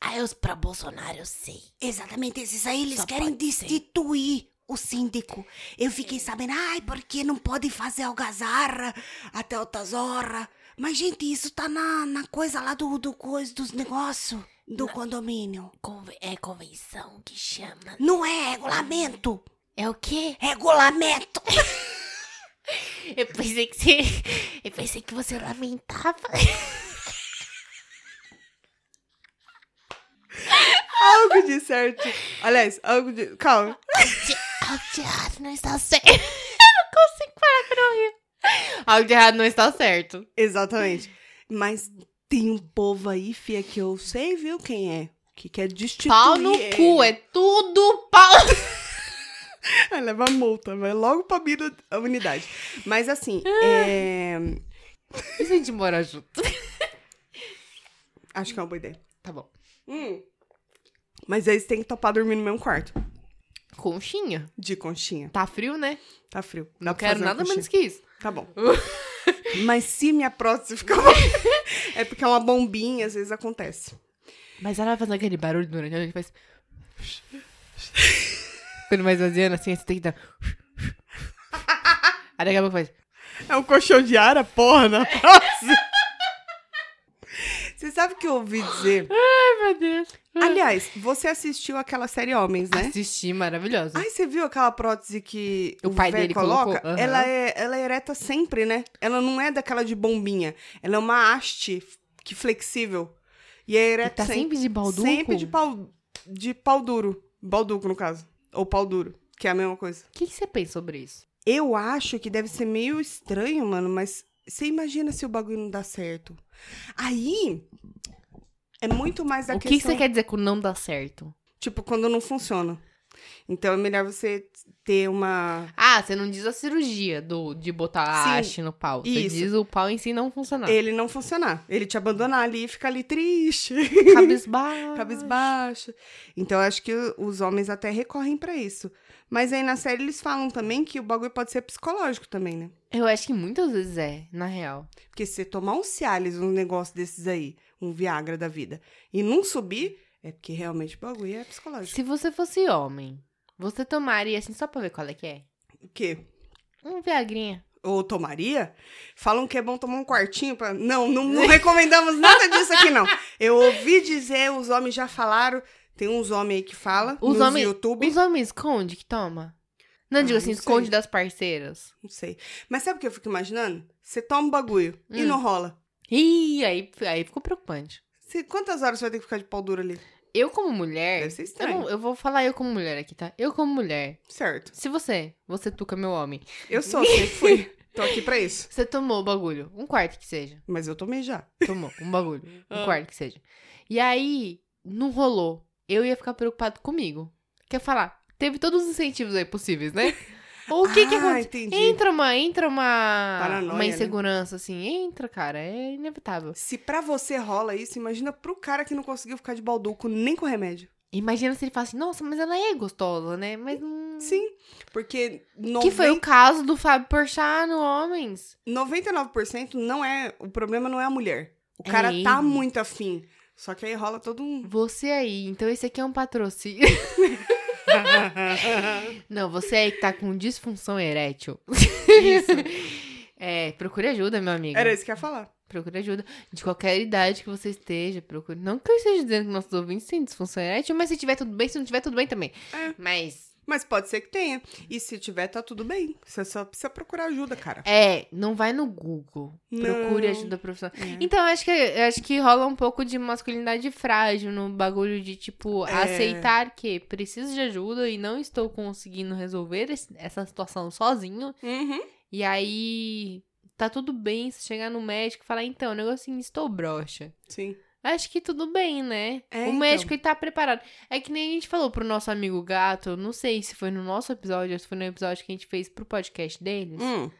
Speaker 3: Ah, é os pra Bolsonaro, eu sei. Exatamente, esses aí eles
Speaker 1: Só
Speaker 3: querem
Speaker 1: pode ser.
Speaker 3: destituir o síndico. Eu fiquei sabendo, ai, porque não pode fazer algazarra até outras horas. Mas, gente, isso tá na, na coisa lá do, do coisa, dos negócios do condomínio.
Speaker 4: É convenção que chama.
Speaker 3: Não é regulamento.
Speaker 4: É o quê?
Speaker 3: Regulamento.
Speaker 4: Eu pensei que você. Eu pensei que você lamentava.
Speaker 2: Algo de certo. Aliás, algo de. Calma.
Speaker 4: Algo de errado não está certo. Eu não consigo parar pra não rir.
Speaker 1: Algo de errado não está certo.
Speaker 2: Exatamente. Mas tem um povo aí, fia, que eu sei, viu, quem é. Que quer destituir.
Speaker 1: Pau no
Speaker 2: ele.
Speaker 1: cu, é tudo pau.
Speaker 2: Aí leva a multa, vai logo pra mim a unidade. Mas assim, é,
Speaker 1: E se a gente morar junto?
Speaker 2: acho que é uma boa ideia. Hum.
Speaker 1: Tá bom.
Speaker 2: Mas aí você tem que topar dormir no mesmo quarto.
Speaker 1: Conchinha.
Speaker 2: De conchinha.
Speaker 1: Tá frio, né?
Speaker 2: Tá frio. Dá
Speaker 1: Não
Speaker 2: pra
Speaker 1: quero
Speaker 2: fazer uma
Speaker 1: nada
Speaker 2: conchinha.
Speaker 1: menos que isso. [laughs]
Speaker 2: Tá bom. Mas se minha prótese ficar. uma- é porque é uma bombinha, às vezes acontece.
Speaker 1: Mas ela vai fazer aquele barulho durante a noite, faz... Quando vai esvaziando, assim, aí você tem que dar... Aí daqui a pouco faz...
Speaker 2: É um colchão de ara, porra, na prótese. É. Você sabe o que eu ouvi dizer?
Speaker 1: Ai, meu Deus.
Speaker 2: Aliás, você assistiu aquela série Homens, né?
Speaker 1: Assisti, maravilhoso.
Speaker 2: Ai, você viu aquela prótese que
Speaker 1: O
Speaker 2: o,
Speaker 1: pai
Speaker 2: véi
Speaker 1: dele
Speaker 2: coloca?
Speaker 1: colocou? Aham.
Speaker 2: Ela é, ela é ereta sempre, né? Ela não é daquela de bombinha. Ela é uma haste f- que flexível. E é
Speaker 1: E
Speaker 2: ereta
Speaker 1: tá sempre de balduco?
Speaker 2: Sempre de pau, de pau duro. Balduco, no caso. Ou pau duro, que é a mesma coisa.
Speaker 1: O que que você pensa sobre isso?
Speaker 2: Eu acho que deve ser meio estranho, mano, mas você imagina se o bagulho não dá certo. Aí é muito mais da
Speaker 1: o que que
Speaker 2: questão...
Speaker 1: você quer dizer com não dá certo?
Speaker 2: Tipo, quando não funciona. Então é melhor você ter uma...
Speaker 1: Ah, você não diz a cirurgia do, de botar a
Speaker 2: Sim,
Speaker 1: haste no pau. Você
Speaker 2: isso. É.
Speaker 1: diz o pau em si não funcionar. [laughs]
Speaker 2: ele não funcionar. Ele te abandonar ali e ficar ali triste, [laughs]
Speaker 1: Cabisbaixo.
Speaker 2: cabisbaixo. Então, eu acho que o- os homens até recorrem pra isso. Mas aí na série eles falam também que o bagulho pode ser psicológico também, né?
Speaker 1: Eu acho que muitas vezes é, na real.
Speaker 2: Porque se você tomar um Cialis, um negócio desses aí, um Viagra da vida, e não subir, é porque realmente o bagulho é psicológico.
Speaker 1: Se você fosse homem, você tomaria assim só pra ver qual é que é?
Speaker 2: O quê?
Speaker 1: Um Viagrinha.
Speaker 2: Ou tomaria? Falam que é bom tomar um quartinho pra. Não, não,
Speaker 1: [laughs]
Speaker 2: não recomendamos nada disso aqui, não. Eu ouvi dizer, os homens já falaram. Tem uns homens aí que falam.
Speaker 1: Os
Speaker 2: nos
Speaker 1: homens-
Speaker 2: YouTube.
Speaker 1: Os homens esconde que toma? Não,
Speaker 2: Ah,
Speaker 1: digo assim,
Speaker 2: não sei.
Speaker 1: esconde das parceiras.
Speaker 2: Não sei. Mas sabe o que eu fico imaginando? Você toma um bagulho e
Speaker 1: Hum.
Speaker 2: não rola.
Speaker 1: Ih, aí, aí ficou preocupante.
Speaker 2: Você- quantas horas você vai ter que ficar de pau duro ali?
Speaker 1: Eu como mulher...
Speaker 2: Deve
Speaker 1: É,
Speaker 2: ser
Speaker 1: Eu,
Speaker 2: estranho.
Speaker 1: não- eu vou falar eu como mulher aqui, tá? Eu como mulher.
Speaker 2: Certo.
Speaker 1: Se você, você tuca meu homem,
Speaker 2: Eu
Speaker 1: [laughs]
Speaker 2: sou, sempre fui. Tô aqui pra isso.
Speaker 1: você tomou o bagulho, um quarto que seja.
Speaker 2: Mas eu tomei já.
Speaker 1: Tomou um
Speaker 2: [laughs]
Speaker 1: bagulho, um
Speaker 2: Ah.
Speaker 1: quarto que seja. E aí, não rolou. Eu ia ficar preocupado comigo. Quer falar, teve todos os incentivos aí possíveis,
Speaker 2: [laughs]
Speaker 1: né? O que que
Speaker 2: ah,
Speaker 1: aconteceu?
Speaker 2: entendi.
Speaker 1: Entra uma, entra uma,
Speaker 2: Paranoia,
Speaker 1: uma
Speaker 2: né?
Speaker 1: insegurança, assim. Entra, cara, é inevitável.
Speaker 2: Se pra você rola isso, imagina pro cara que não conseguiu ficar de balduco nem com remédio.
Speaker 1: Imagina se ele fala assim, nossa, mas ela é gostosa, né? Mas não...
Speaker 2: Sim, porque
Speaker 1: Que foi o
Speaker 2: 90,
Speaker 1: caso do Fábio Porchat no Homens.
Speaker 2: 99% não é. O problema não é a mulher. O cara
Speaker 1: É
Speaker 2: tá
Speaker 1: ele.
Speaker 2: muito afim. Só que aí rola todo
Speaker 1: [laughs]
Speaker 2: um.
Speaker 1: Você aí, então esse aqui é um patrocínio. Não, você aí que tá com disfunção erétil.
Speaker 2: Isso.
Speaker 1: [laughs] É, procure ajuda, meu amigo.
Speaker 2: Era isso que eu ia falar.
Speaker 1: Procure ajuda. De qualquer idade que você esteja, procure. Não que eu esteja dizendo que nossos ouvintes têm disfunção erétil, mas se tiver tudo bem, se não tiver tudo bem também.
Speaker 2: É.
Speaker 1: Mas,
Speaker 2: Mas pode ser que tenha. E se tiver, tá tudo bem. Você só precisa procurar ajuda, cara.
Speaker 1: é, não vai no Google. Procure
Speaker 2: Não.
Speaker 1: ajuda profissional.
Speaker 2: É.
Speaker 1: Então, acho que, acho que rola um pouco de masculinidade frágil no bagulho de, tipo,
Speaker 2: É.
Speaker 1: aceitar que preciso de ajuda e não estou conseguindo resolver esse- essa situação sozinho.
Speaker 2: Uhum.
Speaker 1: E aí, tá tudo bem se chegar no médico e falar, então, negocinho, estou broxa.
Speaker 2: Sim.
Speaker 1: Acho que tudo bem, né?
Speaker 2: É,
Speaker 1: o
Speaker 2: então.
Speaker 1: médico ele tá preparado. É que nem a gente falou pro nosso amigo gato, eu não sei se foi no nosso episódio ou se foi no episódio que a gente fez pro podcast deles.
Speaker 2: Hum.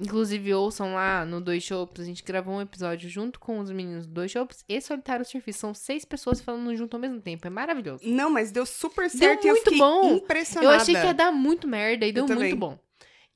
Speaker 1: Inclusive, ouçam lá no Dois Shops, a gente gravou um episódio junto com os meninos do Dois Shops e Solitário Surfista. São seis pessoas falando junto ao mesmo tempo. É maravilhoso.
Speaker 2: Não, mas deu super certo e eu
Speaker 1: muito
Speaker 2: fiquei
Speaker 1: bom.
Speaker 2: impressionada.
Speaker 1: Eu achei que ia dar muito merda e deu
Speaker 2: também.
Speaker 1: muito bom.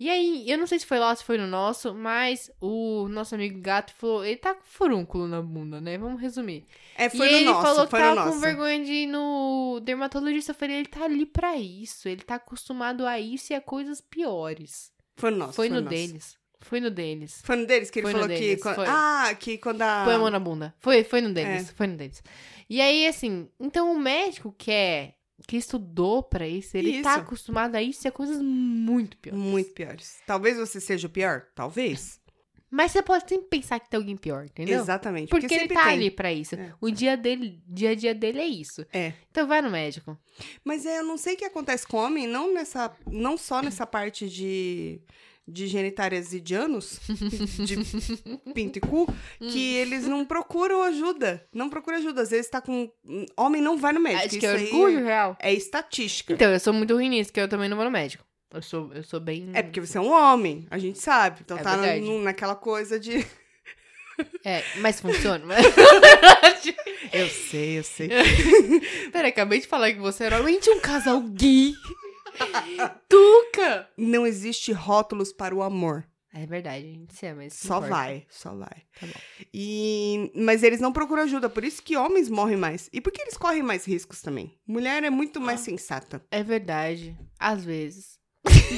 Speaker 1: E aí, eu não sei se foi lá ou se foi no nosso, mas o nosso amigo gato falou: ele tá com furúnculo na bunda, né? Vamos resumir.
Speaker 2: É, foi
Speaker 1: e
Speaker 2: no
Speaker 1: ele
Speaker 2: nosso,
Speaker 1: falou que
Speaker 2: foi no
Speaker 1: tava
Speaker 2: nosso.
Speaker 1: com vergonha de ir no dermatologista. Eu falei: ele tá ali pra isso. Ele tá acostumado a isso e a coisas piores.
Speaker 2: Foi no nosso.
Speaker 1: foi no
Speaker 2: nosso.
Speaker 1: deles. Foi no deles.
Speaker 2: Foi no deles que ele
Speaker 1: Foi no
Speaker 2: falou que.
Speaker 1: deles,
Speaker 2: quan-
Speaker 1: foi.
Speaker 2: Ah, É. que quando a.
Speaker 1: Põe a mão na bunda. Foi, foi no deles, foi no deles. E aí, assim, então o médico que é, que estudou pra isso, ele tá
Speaker 2: Isso.
Speaker 1: acostumado a isso e a coisas muito piores.
Speaker 2: Muito piores. Talvez você seja o pior? Talvez.
Speaker 1: Mas você pode sempre pensar que tem alguém pior, entendeu?
Speaker 2: Exatamente.
Speaker 1: Porque, ele
Speaker 2: sempre
Speaker 1: tá
Speaker 2: tem.
Speaker 1: ali pra isso.
Speaker 2: É.
Speaker 1: O dia dele, dia a dia dele é isso.
Speaker 2: É.
Speaker 1: Então vai no médico.
Speaker 2: Mas é, eu não sei o que acontece com homem, não, nessa, não só nessa parte de, de genitárias e de anos,
Speaker 1: [laughs]
Speaker 2: de pinto e cu,
Speaker 1: Hum.
Speaker 2: que eles não procuram ajuda. Não procuram ajuda. Às vezes tá com. Homem não vai no médico.
Speaker 1: Acho que é
Speaker 2: isso aí
Speaker 1: orgulho real.
Speaker 2: É estatística.
Speaker 1: Então, eu sou muito ruim nisso, que eu também não vou no médico. Eu sou, eu sou bem.
Speaker 2: É porque você é um homem, a gente sabe. Então
Speaker 1: Hum. É
Speaker 2: tá na-
Speaker 1: verdade.
Speaker 2: no- naquela coisa de.
Speaker 1: É, mas funciona.
Speaker 2: [laughs]
Speaker 1: [laughs]
Speaker 2: Eu sei, eu sei.
Speaker 1: Pera, acabei de falar que você era realmente um casal
Speaker 2: [laughs]
Speaker 1: gay. Tuca!
Speaker 2: Não existe rótulos para o amor.
Speaker 1: É verdade, a gente se ama. isso
Speaker 2: Só
Speaker 1: importa.
Speaker 2: vai, só vai.
Speaker 1: Tá bom.
Speaker 2: E mas eles não procuram ajuda, por isso que homens morrem mais. E por que eles correm mais riscos também? Mulher é muito mais sensata,
Speaker 1: É verdade. Às vezes.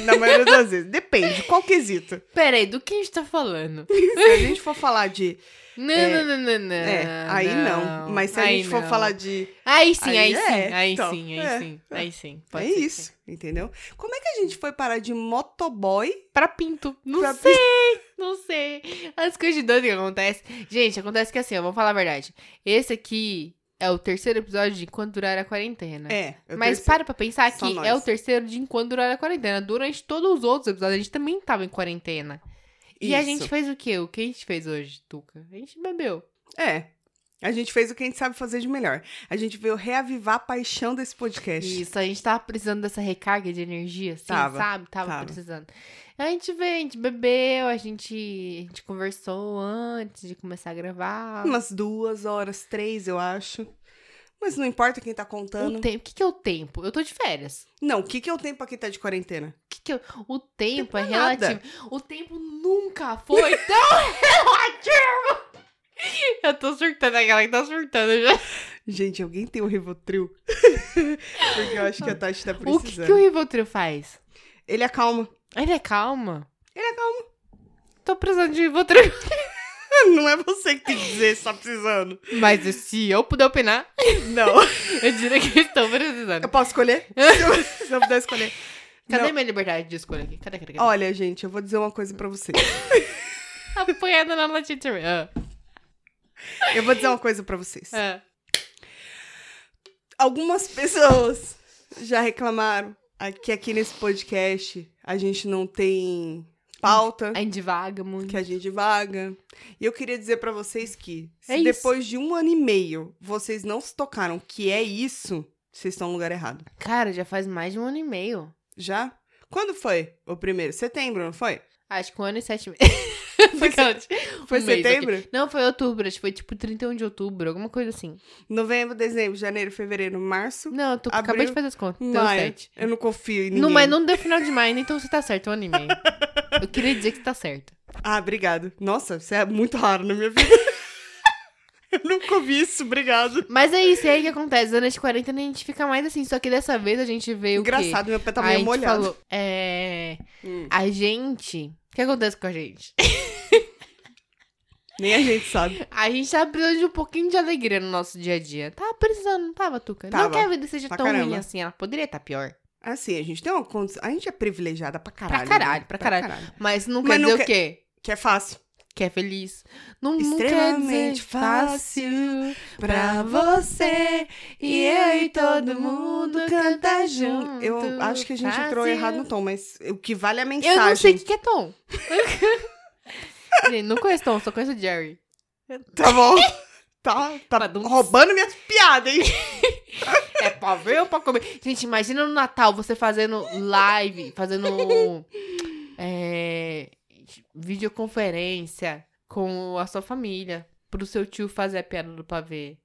Speaker 2: na maioria das vezes. Depende, qual quesito.
Speaker 1: Peraí, do que a gente tá
Speaker 2: [laughs]
Speaker 1: falando?
Speaker 2: Se a gente for falar
Speaker 1: [laughs]
Speaker 2: de,
Speaker 1: Não,
Speaker 2: É.
Speaker 1: não, não, não, não.
Speaker 2: é, aí não. Mas se a
Speaker 1: Aí
Speaker 2: gente for
Speaker 1: Ah, não.
Speaker 2: falar de,
Speaker 1: Aí sim, aí,
Speaker 2: Aí
Speaker 1: sim.
Speaker 2: é,
Speaker 1: aí
Speaker 2: então,
Speaker 1: sim, aí
Speaker 2: é.
Speaker 1: sim. Aí sim. Pode
Speaker 2: é
Speaker 1: ser que
Speaker 2: isso,
Speaker 1: sim.
Speaker 2: entendeu? Como é que a gente foi parar de motoboy?
Speaker 1: Pra pinto. Não
Speaker 2: Pra
Speaker 1: sei. [laughs] Não sei. As coisas de doido que acontecem. Gente, acontece que assim, ó, vamos falar a verdade. Esse aqui é o terceiro episódio de Enquanto Durar a Quarentena.
Speaker 2: É, eu
Speaker 1: Mas
Speaker 2: terceiro-
Speaker 1: para pra pensar
Speaker 2: Só
Speaker 1: que
Speaker 2: nós.
Speaker 1: é o terceiro de enquanto durar a quarentena. Durante todos os outros episódios, a gente também tava em quarentena. E a
Speaker 2: Isso.
Speaker 1: gente fez o quê? O que a gente fez hoje, Tuca? A gente bebeu.
Speaker 2: é. A gente fez o que a gente sabe fazer de melhor. A gente veio reavivar a paixão desse podcast.
Speaker 1: Isso, a gente tava precisando dessa recarga de energia, assim,
Speaker 2: Tava,
Speaker 1: sabe? Tava,
Speaker 2: tava.
Speaker 1: precisando. A gente veio, a gente bebeu, a gente, a gente conversou antes de começar a gravar.
Speaker 2: Umas duas horas, três, eu acho. Mas não importa quem tá contando.
Speaker 1: O tempo. O que, que é o tempo? Eu tô de férias.
Speaker 2: Não, o que, que é o tempo pra quem tá de quarentena?
Speaker 1: O que, que é- O tempo é
Speaker 2: é nada.
Speaker 1: relativo. O tempo nunca foi [laughs] tão relativo. Eu tô surtando, aquela que tá surtando já.
Speaker 2: Gente, alguém tem um Rivotril? [laughs] Porque eu acho que a Tati tá
Speaker 1: O
Speaker 2: precisando.
Speaker 1: que, que o Rivotril faz?
Speaker 2: Ele acalma. [laughs]
Speaker 1: Ele é calma?
Speaker 2: Ele é acalma.
Speaker 1: Tô precisando de Rivotril. [laughs]
Speaker 2: Não é você que tem que dizer se tá precisando.
Speaker 1: Mas se eu puder opinar,
Speaker 2: Não.
Speaker 1: eu diria que eu estou precisando.
Speaker 2: Eu posso escolher? [laughs] Se eu, se eu puder escolher.
Speaker 1: Cadê
Speaker 2: Não.
Speaker 1: minha liberdade de escolha aqui? Cadê, cadê, cadê?
Speaker 2: Olha, gente, eu vou dizer uma coisa pra vocês.
Speaker 1: Apanhada na latinha também. Ah,
Speaker 2: Eu vou dizer uma coisa pra vocês.
Speaker 1: ah.
Speaker 2: Algumas pessoas já reclamaram a- que aqui nesse podcast a gente não tem pauta.
Speaker 1: A gente vaga muito.
Speaker 2: que a gente vaga. E eu queria dizer pra vocês que se
Speaker 1: É isso.
Speaker 2: depois de um ano e meio vocês não se tocaram que é isso, vocês estão no lugar errado.
Speaker 1: Cara, já faz mais de um ano e meio.
Speaker 2: Já? Quando foi o primeiro? Setembro, não foi?
Speaker 1: Acho que um ano e sete [laughs] meses.
Speaker 2: Foi
Speaker 1: Aquela-
Speaker 2: Foi
Speaker 1: um mês,
Speaker 2: setembro?
Speaker 1: ok. Não, foi outubro. Acho que foi tipo 31 de outubro, alguma coisa assim.
Speaker 2: Novembro, dezembro, janeiro, fevereiro, março,
Speaker 1: Não, eu tô,
Speaker 2: Abril,
Speaker 1: acabei de fazer as contas. Deu
Speaker 2: maio.
Speaker 1: sete.
Speaker 2: Eu não confio em ninguém.
Speaker 1: Não, mas não deu final de maio, então você tá certo, eu animei. Eu queria dizer que você tá certa.
Speaker 2: Ah, obrigado. Nossa, você é muito raro na minha vida. [laughs] eu nunca ouvi isso, obrigado.
Speaker 1: Mas é isso, é aí que acontece. Durante a quarentena a gente fica mais assim, só que dessa vez a gente veio. o quê?
Speaker 2: Engraçado, meu pé tá
Speaker 1: A
Speaker 2: meio
Speaker 1: gente
Speaker 2: molhado.
Speaker 1: falou, é.
Speaker 2: Hum.
Speaker 1: A gente. O que acontece com a gente? [laughs]
Speaker 2: Nem a gente sabe.
Speaker 1: A gente tá precisando de um pouquinho de alegria no nosso dia a dia. Tava precisando, não tava, Tuca? Não
Speaker 2: Tava.
Speaker 1: que a vida seja
Speaker 2: Pra
Speaker 1: tão ruim
Speaker 2: caramba.
Speaker 1: assim, ela poderia estar pior.
Speaker 2: Assim, a gente tem uma condição. A gente é privilegiada pra caralho.
Speaker 1: caralho,
Speaker 2: né?
Speaker 1: pra caralho. Mas não
Speaker 2: Mas
Speaker 1: quer
Speaker 2: não
Speaker 1: dizer
Speaker 2: quer-
Speaker 1: o quê?
Speaker 2: Que é fácil.
Speaker 1: Que é feliz. Não, não quer dizer
Speaker 2: Extremamente fácil pra
Speaker 1: você
Speaker 2: e eu e todo mundo
Speaker 1: cantar
Speaker 2: Eu acho que a gente entrou errado no tom, mas o que vale é a mensagem.
Speaker 1: Eu não sei o que que é Tom. [laughs] Gente, não conheço Tom, só conheço Jerry.
Speaker 2: Tá
Speaker 1: [laughs]
Speaker 2: bom. Tá, tá
Speaker 1: Badum.
Speaker 2: roubando minhas piadas, hein?
Speaker 1: [laughs] É pra ver ou pra comer? Gente, imagina no Natal você fazendo live, fazendo é, videoconferência com a sua família. Pro seu tio fazer a piada do pavê.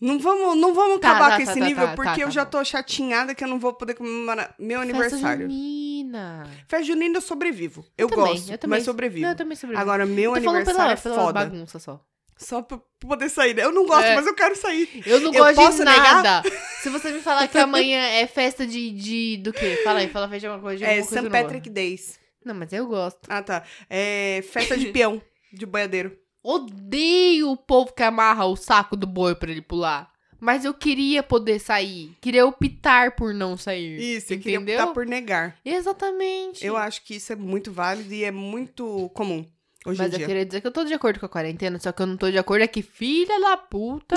Speaker 2: Não vamos, não vamos
Speaker 1: Tá,
Speaker 2: acabar
Speaker 1: tá,
Speaker 2: com
Speaker 1: tá,
Speaker 2: esse
Speaker 1: tá,
Speaker 2: nível,
Speaker 1: tá,
Speaker 2: porque
Speaker 1: tá,
Speaker 2: eu
Speaker 1: tá
Speaker 2: já
Speaker 1: bom.
Speaker 2: tô chatinhada que eu não vou poder comemorar meu
Speaker 1: Festa
Speaker 2: É um aniversário.
Speaker 1: junina.
Speaker 2: Festa junina eu sobrevivo. Eu,
Speaker 1: também,
Speaker 2: gosto,
Speaker 1: eu também.
Speaker 2: mas sobrevivo.
Speaker 1: Não, eu também sobrevivo.
Speaker 2: Agora, meu
Speaker 1: Tô falando pela,
Speaker 2: aniversário
Speaker 1: pela
Speaker 2: é foda.
Speaker 1: bagunça só.
Speaker 2: Só pra poder sair. né? Eu não gosto,
Speaker 1: É.
Speaker 2: mas eu quero sair.
Speaker 1: Eu não
Speaker 2: Eu
Speaker 1: gosto
Speaker 2: posso
Speaker 1: de
Speaker 2: negar? [laughs]
Speaker 1: nada. Se você me falar que amanhã é festa de, de do quê? Fala aí, fala festa de alguma coisa. De
Speaker 2: É
Speaker 1: alguma coisa
Speaker 2: St.
Speaker 1: eu não gosto.
Speaker 2: Patrick Days.
Speaker 1: Não, mas eu gosto.
Speaker 2: Ah, tá. É
Speaker 1: [laughs]
Speaker 2: festa de peão, de boiadeiro.
Speaker 1: Odeio o povo que amarra o saco do boi pra ele pular. Mas eu queria poder sair. Queria optar por não sair.
Speaker 2: Isso, eu queria
Speaker 1: entendeu?
Speaker 2: optar por negar.
Speaker 1: Exatamente.
Speaker 2: Eu acho que isso é muito válido e é muito comum hoje
Speaker 1: Mas
Speaker 2: em
Speaker 1: eu
Speaker 2: dia.
Speaker 1: queria dizer que eu tô de acordo com a quarentena, só que eu não tô de acordo é que filha da
Speaker 2: [laughs]
Speaker 1: puta.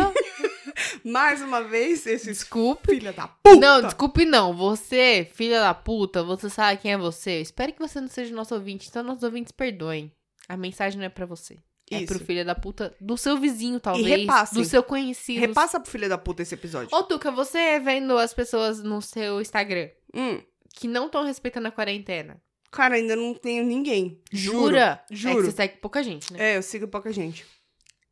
Speaker 2: Mais uma
Speaker 1: [laughs]
Speaker 2: vez, esses
Speaker 1: desculpe.
Speaker 2: filha da puta.
Speaker 1: Não, desculpe não. Você, filha da puta, você sabe quem é você. Eu Espero que você não seja nosso ouvinte, então nossos ouvintes perdoem. A mensagem não é pra você. É
Speaker 2: Isso.
Speaker 1: pro filho da puta do seu vizinho, talvez.
Speaker 2: repassem.
Speaker 1: do seu conhecido.
Speaker 2: Repassa pro filha da puta esse episódio.
Speaker 1: Ô, Tuca, você é vendo as pessoas no seu Instagram
Speaker 2: Hum,
Speaker 1: que não estão respeitando a quarentena.
Speaker 2: cara, ainda não tenho ninguém.
Speaker 1: Jura? É que
Speaker 2: Juro.
Speaker 1: você segue pouca gente, né?
Speaker 2: É, eu sigo pouca gente.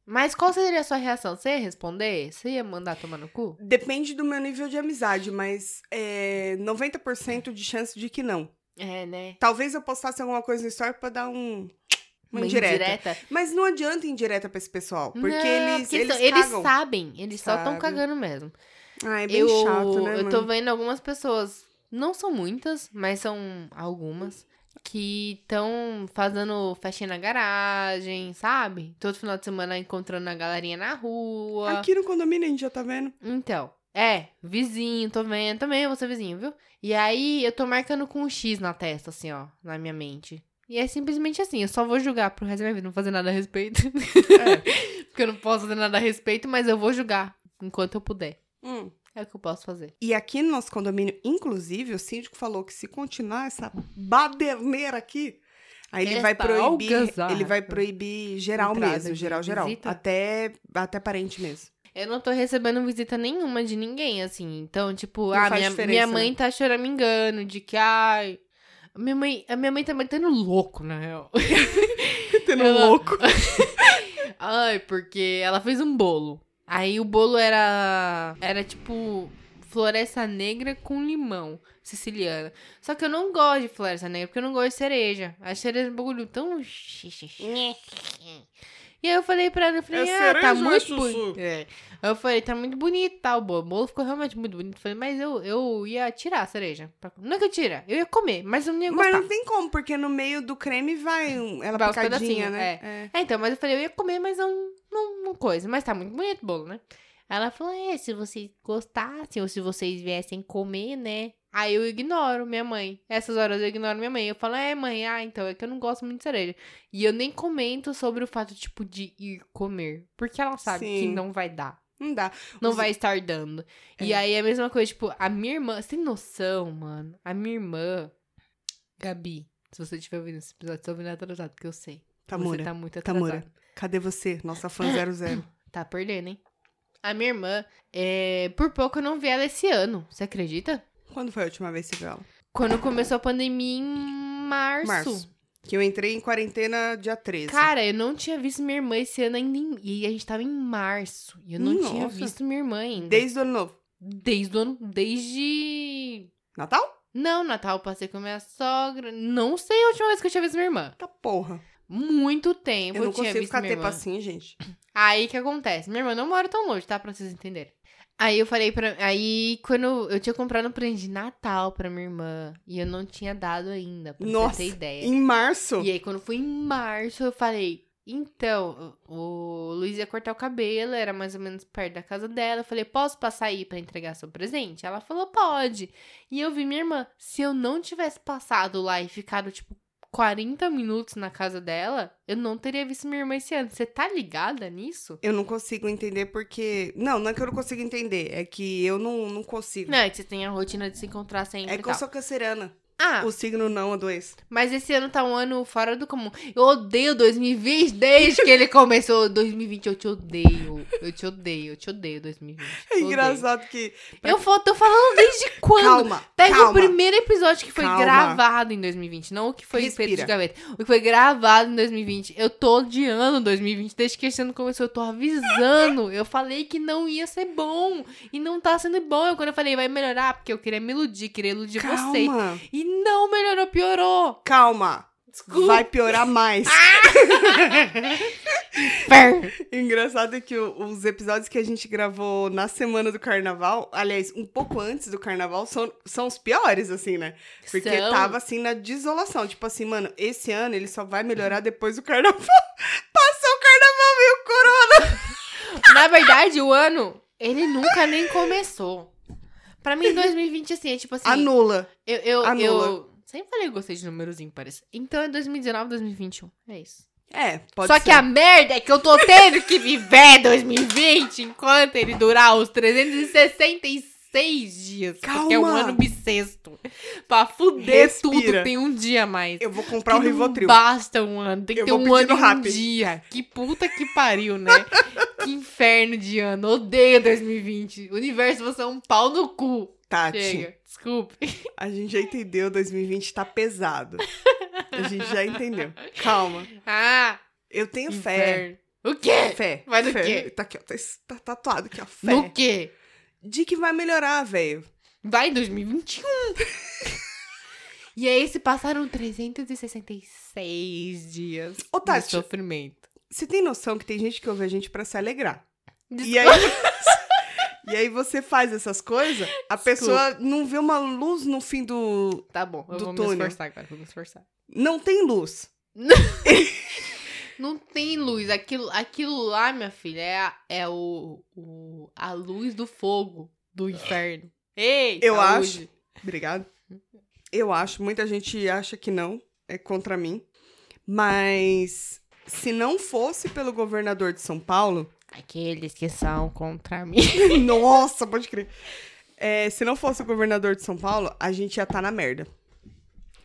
Speaker 1: Mas qual seria a sua reação? Você ia responder? Você ia mandar tomar no cu?
Speaker 2: Depende do meu nível de amizade, mas é 90% de chance de que não.
Speaker 1: É, né?
Speaker 2: Talvez eu postasse alguma coisa no story pra dar um. Uma
Speaker 1: Uma
Speaker 2: indireta.
Speaker 1: indireta.
Speaker 2: Mas não adianta indireta pra esse pessoal. Porque
Speaker 1: Não,
Speaker 2: eles.
Speaker 1: porque
Speaker 2: eles,
Speaker 1: são- eles
Speaker 2: cagam.
Speaker 1: sabem. Eles só estão
Speaker 2: Sabe.
Speaker 1: cagando mesmo.
Speaker 2: Ah, é bem
Speaker 1: eu,
Speaker 2: chato, né?
Speaker 1: eu tô
Speaker 2: mano?
Speaker 1: vendo algumas pessoas, não são muitas, mas são algumas, que estão fazendo festinha na garagem, sabe? Todo final de semana encontrando a galerinha na rua.
Speaker 2: Aqui no condomínio a gente já tá vendo.
Speaker 1: Então, é, vizinho, tô vendo também, você vizinho, viu? E aí eu tô marcando com um X na testa, assim, ó, na minha mente. E é simplesmente assim, eu só vou julgar pro resto da minha vida, não vou fazer nada a respeito.
Speaker 2: É.
Speaker 1: [laughs] Porque eu não posso fazer nada a respeito, mas eu vou julgar enquanto eu puder.
Speaker 2: Hum.
Speaker 1: É o que eu posso fazer.
Speaker 2: E aqui no nosso condomínio, inclusive, o síndico falou que se continuar essa baderneira aqui, aí ele
Speaker 1: Essa
Speaker 2: vai proibir,
Speaker 1: tá algazarra.
Speaker 2: ele vai proibir geral
Speaker 1: Entrada
Speaker 2: mesmo,
Speaker 1: de
Speaker 2: geral geral,
Speaker 1: visita?
Speaker 2: até até parente [laughs] mesmo.
Speaker 1: Eu não tô recebendo visita nenhuma de ninguém, assim. Então, tipo,
Speaker 2: Não
Speaker 1: ah,
Speaker 2: faz
Speaker 1: minha,
Speaker 2: diferença, né?
Speaker 1: minha mãe tá choramingando de que, ai. a Minha mãe, a minha mãe tá metendo louco, na real.
Speaker 2: Tendo
Speaker 1: Ela-
Speaker 2: um louco.
Speaker 1: ai, porque ela fez um bolo. Aí o bolo era. Era tipo. Floresta negra com limão siciliana. Só que eu não gosto de floresta negra, porque eu não gosto de cereja. A cereja é um bagulho tão. E aí eu falei pra ela, eu falei,
Speaker 2: É
Speaker 1: ah, tá
Speaker 2: cereja ou é
Speaker 1: muito
Speaker 2: sussu?"
Speaker 1: bonito. Eu falei, tá muito bonito, tá? O bolo, o bolo ficou realmente muito bonito. Eu falei, mas eu, eu ia tirar a cereja. pra- Não é que eu tira, eu ia comer, mas eu não ia gostar.
Speaker 2: Mas não tem como, porque no meio do creme vai um- ela
Speaker 1: Vai os
Speaker 2: picadinha,
Speaker 1: pedacinhos,
Speaker 2: né? É.
Speaker 1: É, então, mas eu falei, eu ia comer, mas não, não, não coisa. Mas tá muito bonito o bolo, né? Ela falou, é, se vocês gostassem ou se vocês viessem comer, né? Aí eu ignoro minha mãe. Essas horas eu ignoro minha mãe. Eu falo, é, mãe, ah, então é que eu não gosto muito de cereja. E eu nem comento sobre o fato, tipo, de ir comer. Porque ela sabe que
Speaker 2: Sim.
Speaker 1: não vai dar.
Speaker 2: Não dá.
Speaker 1: Não
Speaker 2: Os-
Speaker 1: vai estar dando. E
Speaker 2: É.
Speaker 1: aí é a mesma coisa, tipo, a minha irmã, sem noção, mano. A minha irmã, Gabi, se você estiver ouvindo esse episódio, você tá ouvindo atrasado, que eu sei. Você
Speaker 2: Tamura,
Speaker 1: tá muito atrasado.
Speaker 2: Tamura, cadê você? Nossa fã
Speaker 1: [coughs]
Speaker 2: 00.
Speaker 1: Tá perdendo, hein? A minha irmã, é... por pouco eu não vi ela esse ano. Você acredita?
Speaker 2: Quando foi a última vez que você viu ela?
Speaker 1: Quando começou a pandemia em março.
Speaker 2: Março. Que eu entrei em quarentena dia 13.
Speaker 1: Cara, eu não tinha visto minha irmã esse ano ainda. em- E a gente tava em março. E eu não tinha
Speaker 2: Nossa.
Speaker 1: visto minha irmã ainda.
Speaker 2: Desde o ano novo.
Speaker 1: Desde o ano. Desde.
Speaker 2: Natal?
Speaker 1: Não, Natal eu passei com minha sogra. Não sei a última vez que eu tinha visto minha irmã.
Speaker 2: Tá porra.
Speaker 1: Muito tempo
Speaker 2: Eu,
Speaker 1: eu,
Speaker 2: não
Speaker 1: tinha
Speaker 2: consigo
Speaker 1: visto
Speaker 2: ficar
Speaker 1: minha
Speaker 2: tempo
Speaker 1: irmã.
Speaker 2: assim, gente.
Speaker 1: Aí que acontece? Minha irmã não mora tão longe, tá? Pra vocês entenderem. Aí eu falei pra. Aí quando eu tinha comprado um presente de Natal pra minha irmã. E eu não tinha dado ainda, pra
Speaker 2: Nossa,
Speaker 1: você ter ideia.
Speaker 2: Em março.
Speaker 1: É. E aí quando foi em março, eu falei. Então, o Luiz ia cortar o cabelo, era mais ou menos perto da casa dela. Eu falei, posso passar aí pra entregar seu presente? Ela falou, pode. E eu vi minha irmã. Se eu não tivesse passado lá e ficado, tipo, 40 minutos na casa dela, eu não teria visto minha irmã esse ano. Você tá ligada nisso?
Speaker 2: Eu não consigo entender porque. Não, não é que eu não consigo entender. É que eu não, não consigo.
Speaker 1: Não, é que você tem a rotina de se encontrar sempre
Speaker 2: é
Speaker 1: e
Speaker 2: que eu
Speaker 1: tal.
Speaker 2: sou canceriana.
Speaker 1: Ah,
Speaker 2: O signo não, a doença.
Speaker 1: mas esse ano tá um ano fora do comum. Eu odeio 2020 desde que ele começou. [laughs] 2020 eu te odeio. Eu te odeio, eu te odeio 2020.
Speaker 2: É
Speaker 1: Odeio.
Speaker 2: engraçado que.
Speaker 1: Eu fal- tô falando desde quando?
Speaker 2: Calma.
Speaker 1: Pega
Speaker 2: calma.
Speaker 1: o primeiro episódio que foi
Speaker 2: Calma.
Speaker 1: gravado em 2020, não o que foi
Speaker 2: Respira.
Speaker 1: feito de gaveta. O que foi gravado em 2020. Eu tô odiando 2020 desde que esse ano começou. tá Eu tô avisando. Eu falei que não ia ser bom. E não tá sendo bom. Eu, quando eu falei vai melhorar, porque eu queria me iludir, queria iludir você.
Speaker 2: Calma.
Speaker 1: E não melhorou, piorou.
Speaker 2: Calma. Vai piorar mais.
Speaker 1: Ah!
Speaker 2: [laughs] Engraçado é que o- os episódios que a gente gravou na semana do carnaval, aliás, um pouco antes do carnaval, são, são os piores, assim, né? Porque
Speaker 1: São.
Speaker 2: tava assim na desolação. Tipo assim, mano, esse ano ele só vai melhorar depois do carnaval. Passou o carnaval, veio o corona.
Speaker 1: Na verdade, o ano, ele nunca nem começou. Pra mim, 2020, assim, é tipo assim.
Speaker 2: Anula.
Speaker 1: Eu, eu,
Speaker 2: Anula.
Speaker 1: eu sempre falei que eu gostei de números ímpares. Então é 2019, 2021. É isso.
Speaker 2: É, pode
Speaker 1: Só
Speaker 2: ser.
Speaker 1: que a merda é que eu tô tendo que viver 2020 enquanto ele durar os 366 dias. Porque é um
Speaker 2: Calma.
Speaker 1: ano bissexto. Pra fuder
Speaker 2: Respira.
Speaker 1: tudo, tem um dia a mais.
Speaker 2: Eu vou comprar o
Speaker 1: Que não
Speaker 2: Rivotril.
Speaker 1: Basta um ano, tem que
Speaker 2: Eu
Speaker 1: ter
Speaker 2: vou
Speaker 1: um
Speaker 2: pedir
Speaker 1: ano
Speaker 2: no
Speaker 1: e um
Speaker 2: Rappi.
Speaker 1: dia. Que puta que pariu,
Speaker 2: [laughs]
Speaker 1: né? que inferno de ano. Odeio 2020. Universo, você é um pau no cu.
Speaker 2: Tati,
Speaker 1: Chega. Desculpe.
Speaker 2: Tá, a gente já entendeu, 2020 tá pesado. a gente já entendeu. Calma.
Speaker 1: Ah,
Speaker 2: Eu tenho fé.
Speaker 1: inferno. O quê?
Speaker 2: Fé.
Speaker 1: Vai no
Speaker 2: fé.
Speaker 1: quê?
Speaker 2: Tá aqui, ó. Tá, tá tatuado aqui, ó. Fé.
Speaker 1: No quê?
Speaker 2: De que vai melhorar, velho.
Speaker 1: Vai em 2021. e aí se passaram 366 dias
Speaker 2: Ô,
Speaker 1: de
Speaker 2: Tati,
Speaker 1: sofrimento.
Speaker 2: você tem noção que tem gente que ouve a gente pra se alegrar. E
Speaker 1: Desculpa.
Speaker 2: aí, [laughs] e aí você faz essas coisas, a pessoa não vê uma luz no fim do.
Speaker 1: Tá bom, eu
Speaker 2: do
Speaker 1: vou me
Speaker 2: túnel.
Speaker 1: esforçar agora, vou me esforçar.
Speaker 2: Não tem luz.
Speaker 1: Não tem luz, aquilo, aquilo lá, minha filha, é, a- é o, o- a luz do fogo do inferno. Ei,
Speaker 2: Eu
Speaker 1: saúde.
Speaker 2: Obrigado. Eu acho, muita gente acha que não, é contra mim. Mas se não fosse pelo governador de São Paulo,
Speaker 1: Aqueles que são contra mim. [laughs]
Speaker 2: [laughs] nossa, pode crer. É, se não fosse o governador de São Paulo, a gente ia estar na merda.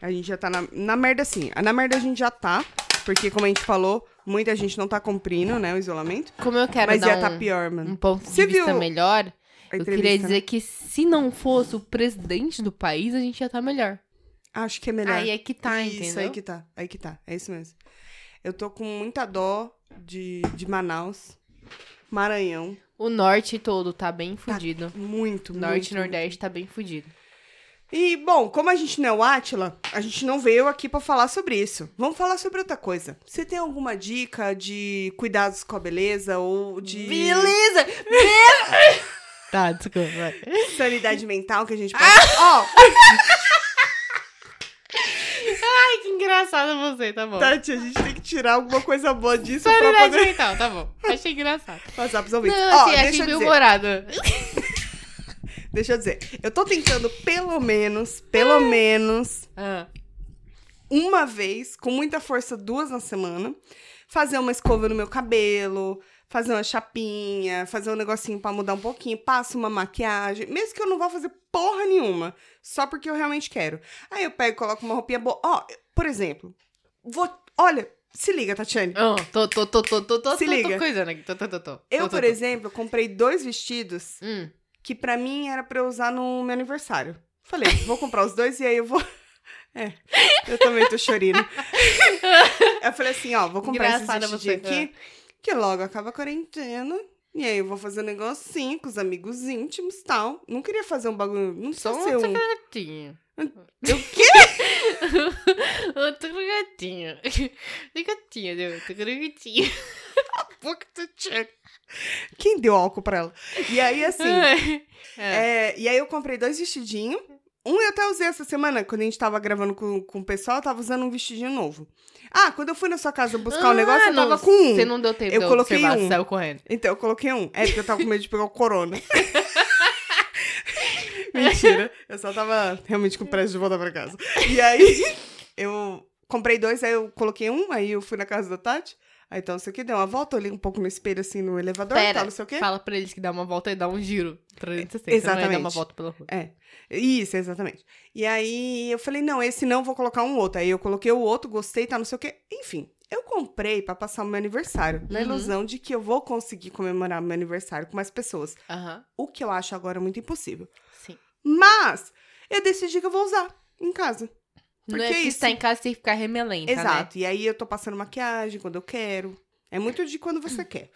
Speaker 2: A gente ia estar na, na merda, sim. Na merda a gente já tá, porque como a gente falou, muita gente não tá cumprindo, né, o isolamento.
Speaker 1: Como eu quero
Speaker 2: Mas
Speaker 1: dar
Speaker 2: ia
Speaker 1: um,
Speaker 2: tá pior, mano.
Speaker 1: um ponto de
Speaker 2: Você
Speaker 1: vista
Speaker 2: viu
Speaker 1: melhor,
Speaker 2: A
Speaker 1: eu
Speaker 2: entrevista,
Speaker 1: queria
Speaker 2: né?
Speaker 1: dizer que se não fosse o presidente do país, a gente ia estar melhor.
Speaker 2: Acho que é melhor.
Speaker 1: Aí é que tá,
Speaker 2: isso,
Speaker 1: entendeu?
Speaker 2: aí que tá. Aí que tá. É isso mesmo. Eu tô com muita dó de, de Manaus, Maranhão.
Speaker 1: O norte todo tá bem fudido.
Speaker 2: Muito,
Speaker 1: Norte
Speaker 2: muito.
Speaker 1: e Nordeste tá bem fudido.
Speaker 2: E, bom, como a gente não é o Átila, a gente não veio aqui pra falar sobre isso. Vamos falar sobre outra coisa. Você tem alguma dica de cuidados com a beleza ou de
Speaker 1: Beleza! tá, desculpa. vai.
Speaker 2: sanidade mental que
Speaker 1: [laughs]
Speaker 2: a gente pode...
Speaker 1: Ah!
Speaker 2: Ó,
Speaker 1: Ai, que engraçado você, tá bom.
Speaker 2: Tati, a gente tem que tirar alguma coisa boa disso pra
Speaker 1: Sanidade
Speaker 2: poder
Speaker 1: mental, tá bom. Achei engraçado.
Speaker 2: passar pros ouvintes.
Speaker 1: Não,
Speaker 2: Ó,
Speaker 1: assim,
Speaker 2: deixa
Speaker 1: achei
Speaker 2: eu
Speaker 1: bem
Speaker 2: dizer.
Speaker 1: humorado.
Speaker 2: Deixa eu dizer, eu tô tentando pelo menos, pelo menos
Speaker 1: Ah,
Speaker 2: uma vez, com muita força, duas na semana, fazer uma escova no meu cabelo, fazer uma chapinha, fazer um negocinho pra mudar um pouquinho, passo uma maquiagem, mesmo que eu não vá fazer porra nenhuma, só porque eu realmente quero. Aí eu pego, e coloco uma roupinha boa, ó, por exemplo, vou, olha, se liga, Tatiane.
Speaker 1: ah, tô, tô, tô, tô, tô, tô,
Speaker 2: Se
Speaker 1: tô, tô
Speaker 2: liga.
Speaker 1: coisando aqui. Tô, tô, tô, tô.
Speaker 2: Eu,
Speaker 1: Tô, tô,
Speaker 2: por
Speaker 1: tô.
Speaker 2: exemplo, comprei dois vestidos
Speaker 1: Hum,
Speaker 2: que pra mim era pra eu usar no meu aniversário. Falei, vou comprar os dois e aí eu vou. [laughs] É, eu também
Speaker 1: [laughs]
Speaker 2: tô chorando. eu falei assim, ó, vou comprar
Speaker 1: Engraçada
Speaker 2: esse
Speaker 1: você, né?"
Speaker 2: vestidinho aqui, que logo acaba a quarentena. E aí eu vou fazer um negocinho com os amigos íntimos e tal. Não queria fazer um bagulho. Não
Speaker 1: Só
Speaker 2: precisa
Speaker 1: um
Speaker 2: ser
Speaker 1: outro
Speaker 2: um. [laughs]
Speaker 1: gatinho.
Speaker 2: Eu quê?
Speaker 1: [laughs] Outro gatinho. [laughs] Outro gatinho, né? Outro gatinho. [laughs]
Speaker 2: boca do Chuck. Quem deu álcool pra ela? E aí, assim.
Speaker 1: [laughs] É.
Speaker 2: é, e aí eu comprei dois vestidinhos. Um eu até usei essa semana, quando a gente tava gravando com, com o pessoal, eu tava usando um vestidinho novo. Ah, quando eu fui na sua casa buscar o
Speaker 1: Ah,
Speaker 2: negócio, eu
Speaker 1: não,
Speaker 2: tava com um.
Speaker 1: Você não deu tempo
Speaker 2: Eu
Speaker 1: de
Speaker 2: coloquei
Speaker 1: observar,
Speaker 2: um.
Speaker 1: você saiu correndo.
Speaker 2: Então eu coloquei um. É, porque eu tava com medo de pegar
Speaker 1: [laughs]
Speaker 2: o corona. Mentira. Eu só tava realmente com pressa de voltar pra casa. E aí, eu comprei dois, aí eu coloquei um, aí eu fui na casa da Tati. Aí então, não sei o que, deu uma volta, olhei um pouco no espelho, assim, no elevador,
Speaker 1: Pera,
Speaker 2: tal, não sei o quê.
Speaker 1: Fala pra eles que dá uma volta e dá um giro. 360. Não é dar uma
Speaker 2: Exatamente.
Speaker 1: volta pela rua.
Speaker 2: Isso, exatamente. E aí eu falei, não, esse não, vou colocar um outro. Aí eu coloquei o outro, gostei, tá, não sei o quê. Enfim, eu comprei pra passar o meu aniversário, na
Speaker 1: Uhum.
Speaker 2: ilusão de que eu vou conseguir comemorar meu aniversário com mais pessoas.
Speaker 1: Aham.
Speaker 2: O que eu acho agora muito impossível.
Speaker 1: Sim.
Speaker 2: Mas eu decidi que eu vou usar em casa.
Speaker 1: não é
Speaker 2: Porque
Speaker 1: que
Speaker 2: isso-
Speaker 1: está em casa tem que ficar remelenta, né?
Speaker 2: Exato. E aí eu tô passando maquiagem quando eu quero. É muito de quando você quer.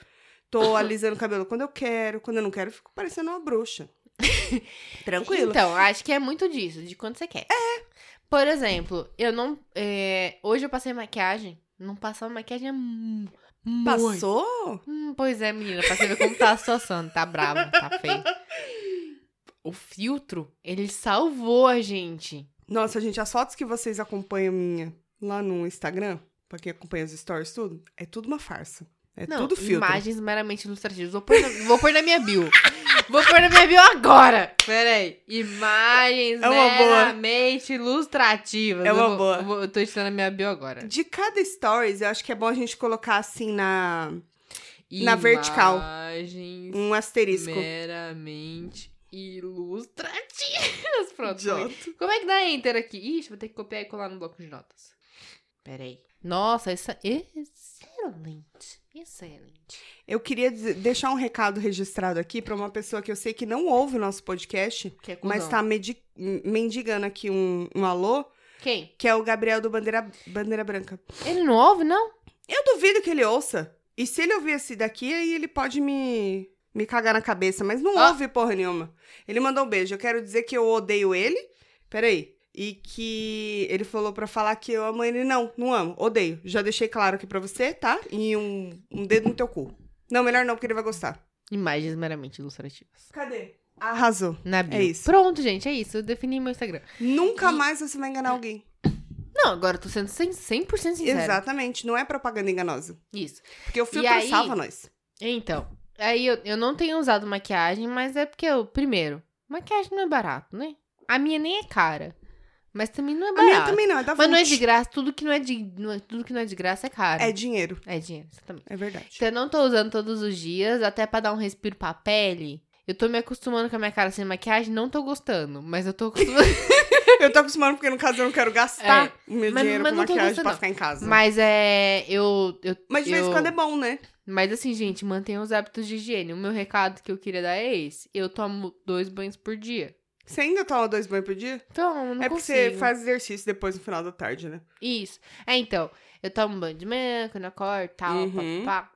Speaker 2: Tô alisando o cabelo quando eu quero. Quando eu não quero, eu fico parecendo uma bruxa. [laughs] Tranquilo.
Speaker 1: Então, acho que é muito disso, de quando você quer. É. Por exemplo, eu não. é, hoje eu passei maquiagem. Não passava maquiagem é mu- muito.
Speaker 2: Passou?
Speaker 1: Hum, pois é, menina, pra você ver como tá a situação. Tá bravo, tá [laughs] feio. O filtro, ele salvou a gente.
Speaker 2: Nossa, gente, as fotos que vocês acompanham minha lá no Instagram, pra quem acompanha os stories, tudo, é tudo uma farsa. É
Speaker 1: Não,
Speaker 2: tudo filtro.
Speaker 1: imagens meramente ilustrativas. Vou pôr, na, vou pôr na minha bio. Vou pôr na minha bio agora. Peraí. Imagens
Speaker 2: É uma boa.
Speaker 1: meramente ilustrativas.
Speaker 2: É uma
Speaker 1: Eu vou-
Speaker 2: boa.
Speaker 1: Eu, vou- eu tô editando a minha bio agora.
Speaker 2: De cada stories, eu acho que é bom a gente colocar assim na Na
Speaker 1: Imagens
Speaker 2: vertical.
Speaker 1: Imagens
Speaker 2: um asterisco.
Speaker 1: meramente ilustrativas. Pronto.
Speaker 2: Idiota.
Speaker 1: Como é que dá enter aqui? Ixi, vou ter que copiar e colar no bloco de notas. Peraí. Nossa, essa. Excelente. Excelente.
Speaker 2: Eu queria dizer- deixar um recado registrado aqui pra uma pessoa que eu sei que não ouve o nosso podcast,
Speaker 1: Que é
Speaker 2: mas
Speaker 1: cuzão.
Speaker 2: tá medi- mendigando aqui um, um alô,
Speaker 1: Quem?
Speaker 2: que é o Gabriel do Bandeira, Bandeira Branca.
Speaker 1: Ele não ouve, não?
Speaker 2: Eu duvido que ele ouça. E se ele ouvir esse daqui, aí ele pode me, me cagar na cabeça, mas não
Speaker 1: Ah.
Speaker 2: ouve porra nenhuma. Ele mandou um beijo. Eu quero dizer que eu odeio ele. Peraí. E que ele falou pra falar que eu amo ele. Não, não amo. Odeio. Já deixei claro aqui pra você, tá? E um, um dedo no teu cu. Não, melhor não, porque ele vai gostar.
Speaker 1: Imagens meramente ilustrativas.
Speaker 2: Cadê? Arrasou.
Speaker 1: Na bio.
Speaker 2: É isso.
Speaker 1: Pronto, gente, é isso. Eu defini meu Instagram.
Speaker 2: Nunca mais você vai enganar alguém.
Speaker 1: Não, agora eu tô sendo 100%, 100 sincera.
Speaker 2: Exatamente. Não é propaganda enganosa.
Speaker 1: Isso.
Speaker 2: Porque o filtro
Speaker 1: aí-
Speaker 2: salva nós.
Speaker 1: Então, aí eu, eu não tenho usado maquiagem, mas é porque eu, primeiro, maquiagem não é barato, né? A minha nem é cara. Mas também não é
Speaker 2: A
Speaker 1: barato.
Speaker 2: minha também não, é da
Speaker 1: Mas não é
Speaker 2: Vult.
Speaker 1: de graça, tudo que não é de, não é- tudo que não é de graça é caro.
Speaker 2: É
Speaker 1: É,
Speaker 2: dinheiro.
Speaker 1: dinheiro, exatamente.
Speaker 2: É verdade.
Speaker 1: Então eu não tô usando todos os dias, até pra dar um respiro pra pele. Eu tô me acostumando com a minha cara sem maquiagem, não tô gostando, mas eu tô
Speaker 2: [laughs]
Speaker 1: acostumando.
Speaker 2: Eu tô acostumando porque no caso eu não quero gastar o
Speaker 1: É.
Speaker 2: meu
Speaker 1: Mas-
Speaker 2: dinheiro
Speaker 1: mas
Speaker 2: com
Speaker 1: não tô
Speaker 2: maquiagem
Speaker 1: gostando,
Speaker 2: pra
Speaker 1: não.
Speaker 2: ficar em casa. Mas,
Speaker 1: mas é. Eu, eu,
Speaker 2: de vez em
Speaker 1: eu-
Speaker 2: quando é bom, né?
Speaker 1: Mas assim, gente, mantenha os hábitos de higiene. O meu recado que eu queria dar é esse: eu tomo dois banhos por dia.
Speaker 2: Você ainda toma dois banhos por dia?
Speaker 1: Então, eu não
Speaker 2: é porque
Speaker 1: consigo.
Speaker 2: você faz exercício depois no final da tarde, né?
Speaker 1: Isso. É, então, eu tomo banho de manhã, quando eu acordo, tal,
Speaker 2: Uhum.
Speaker 1: pá, pá.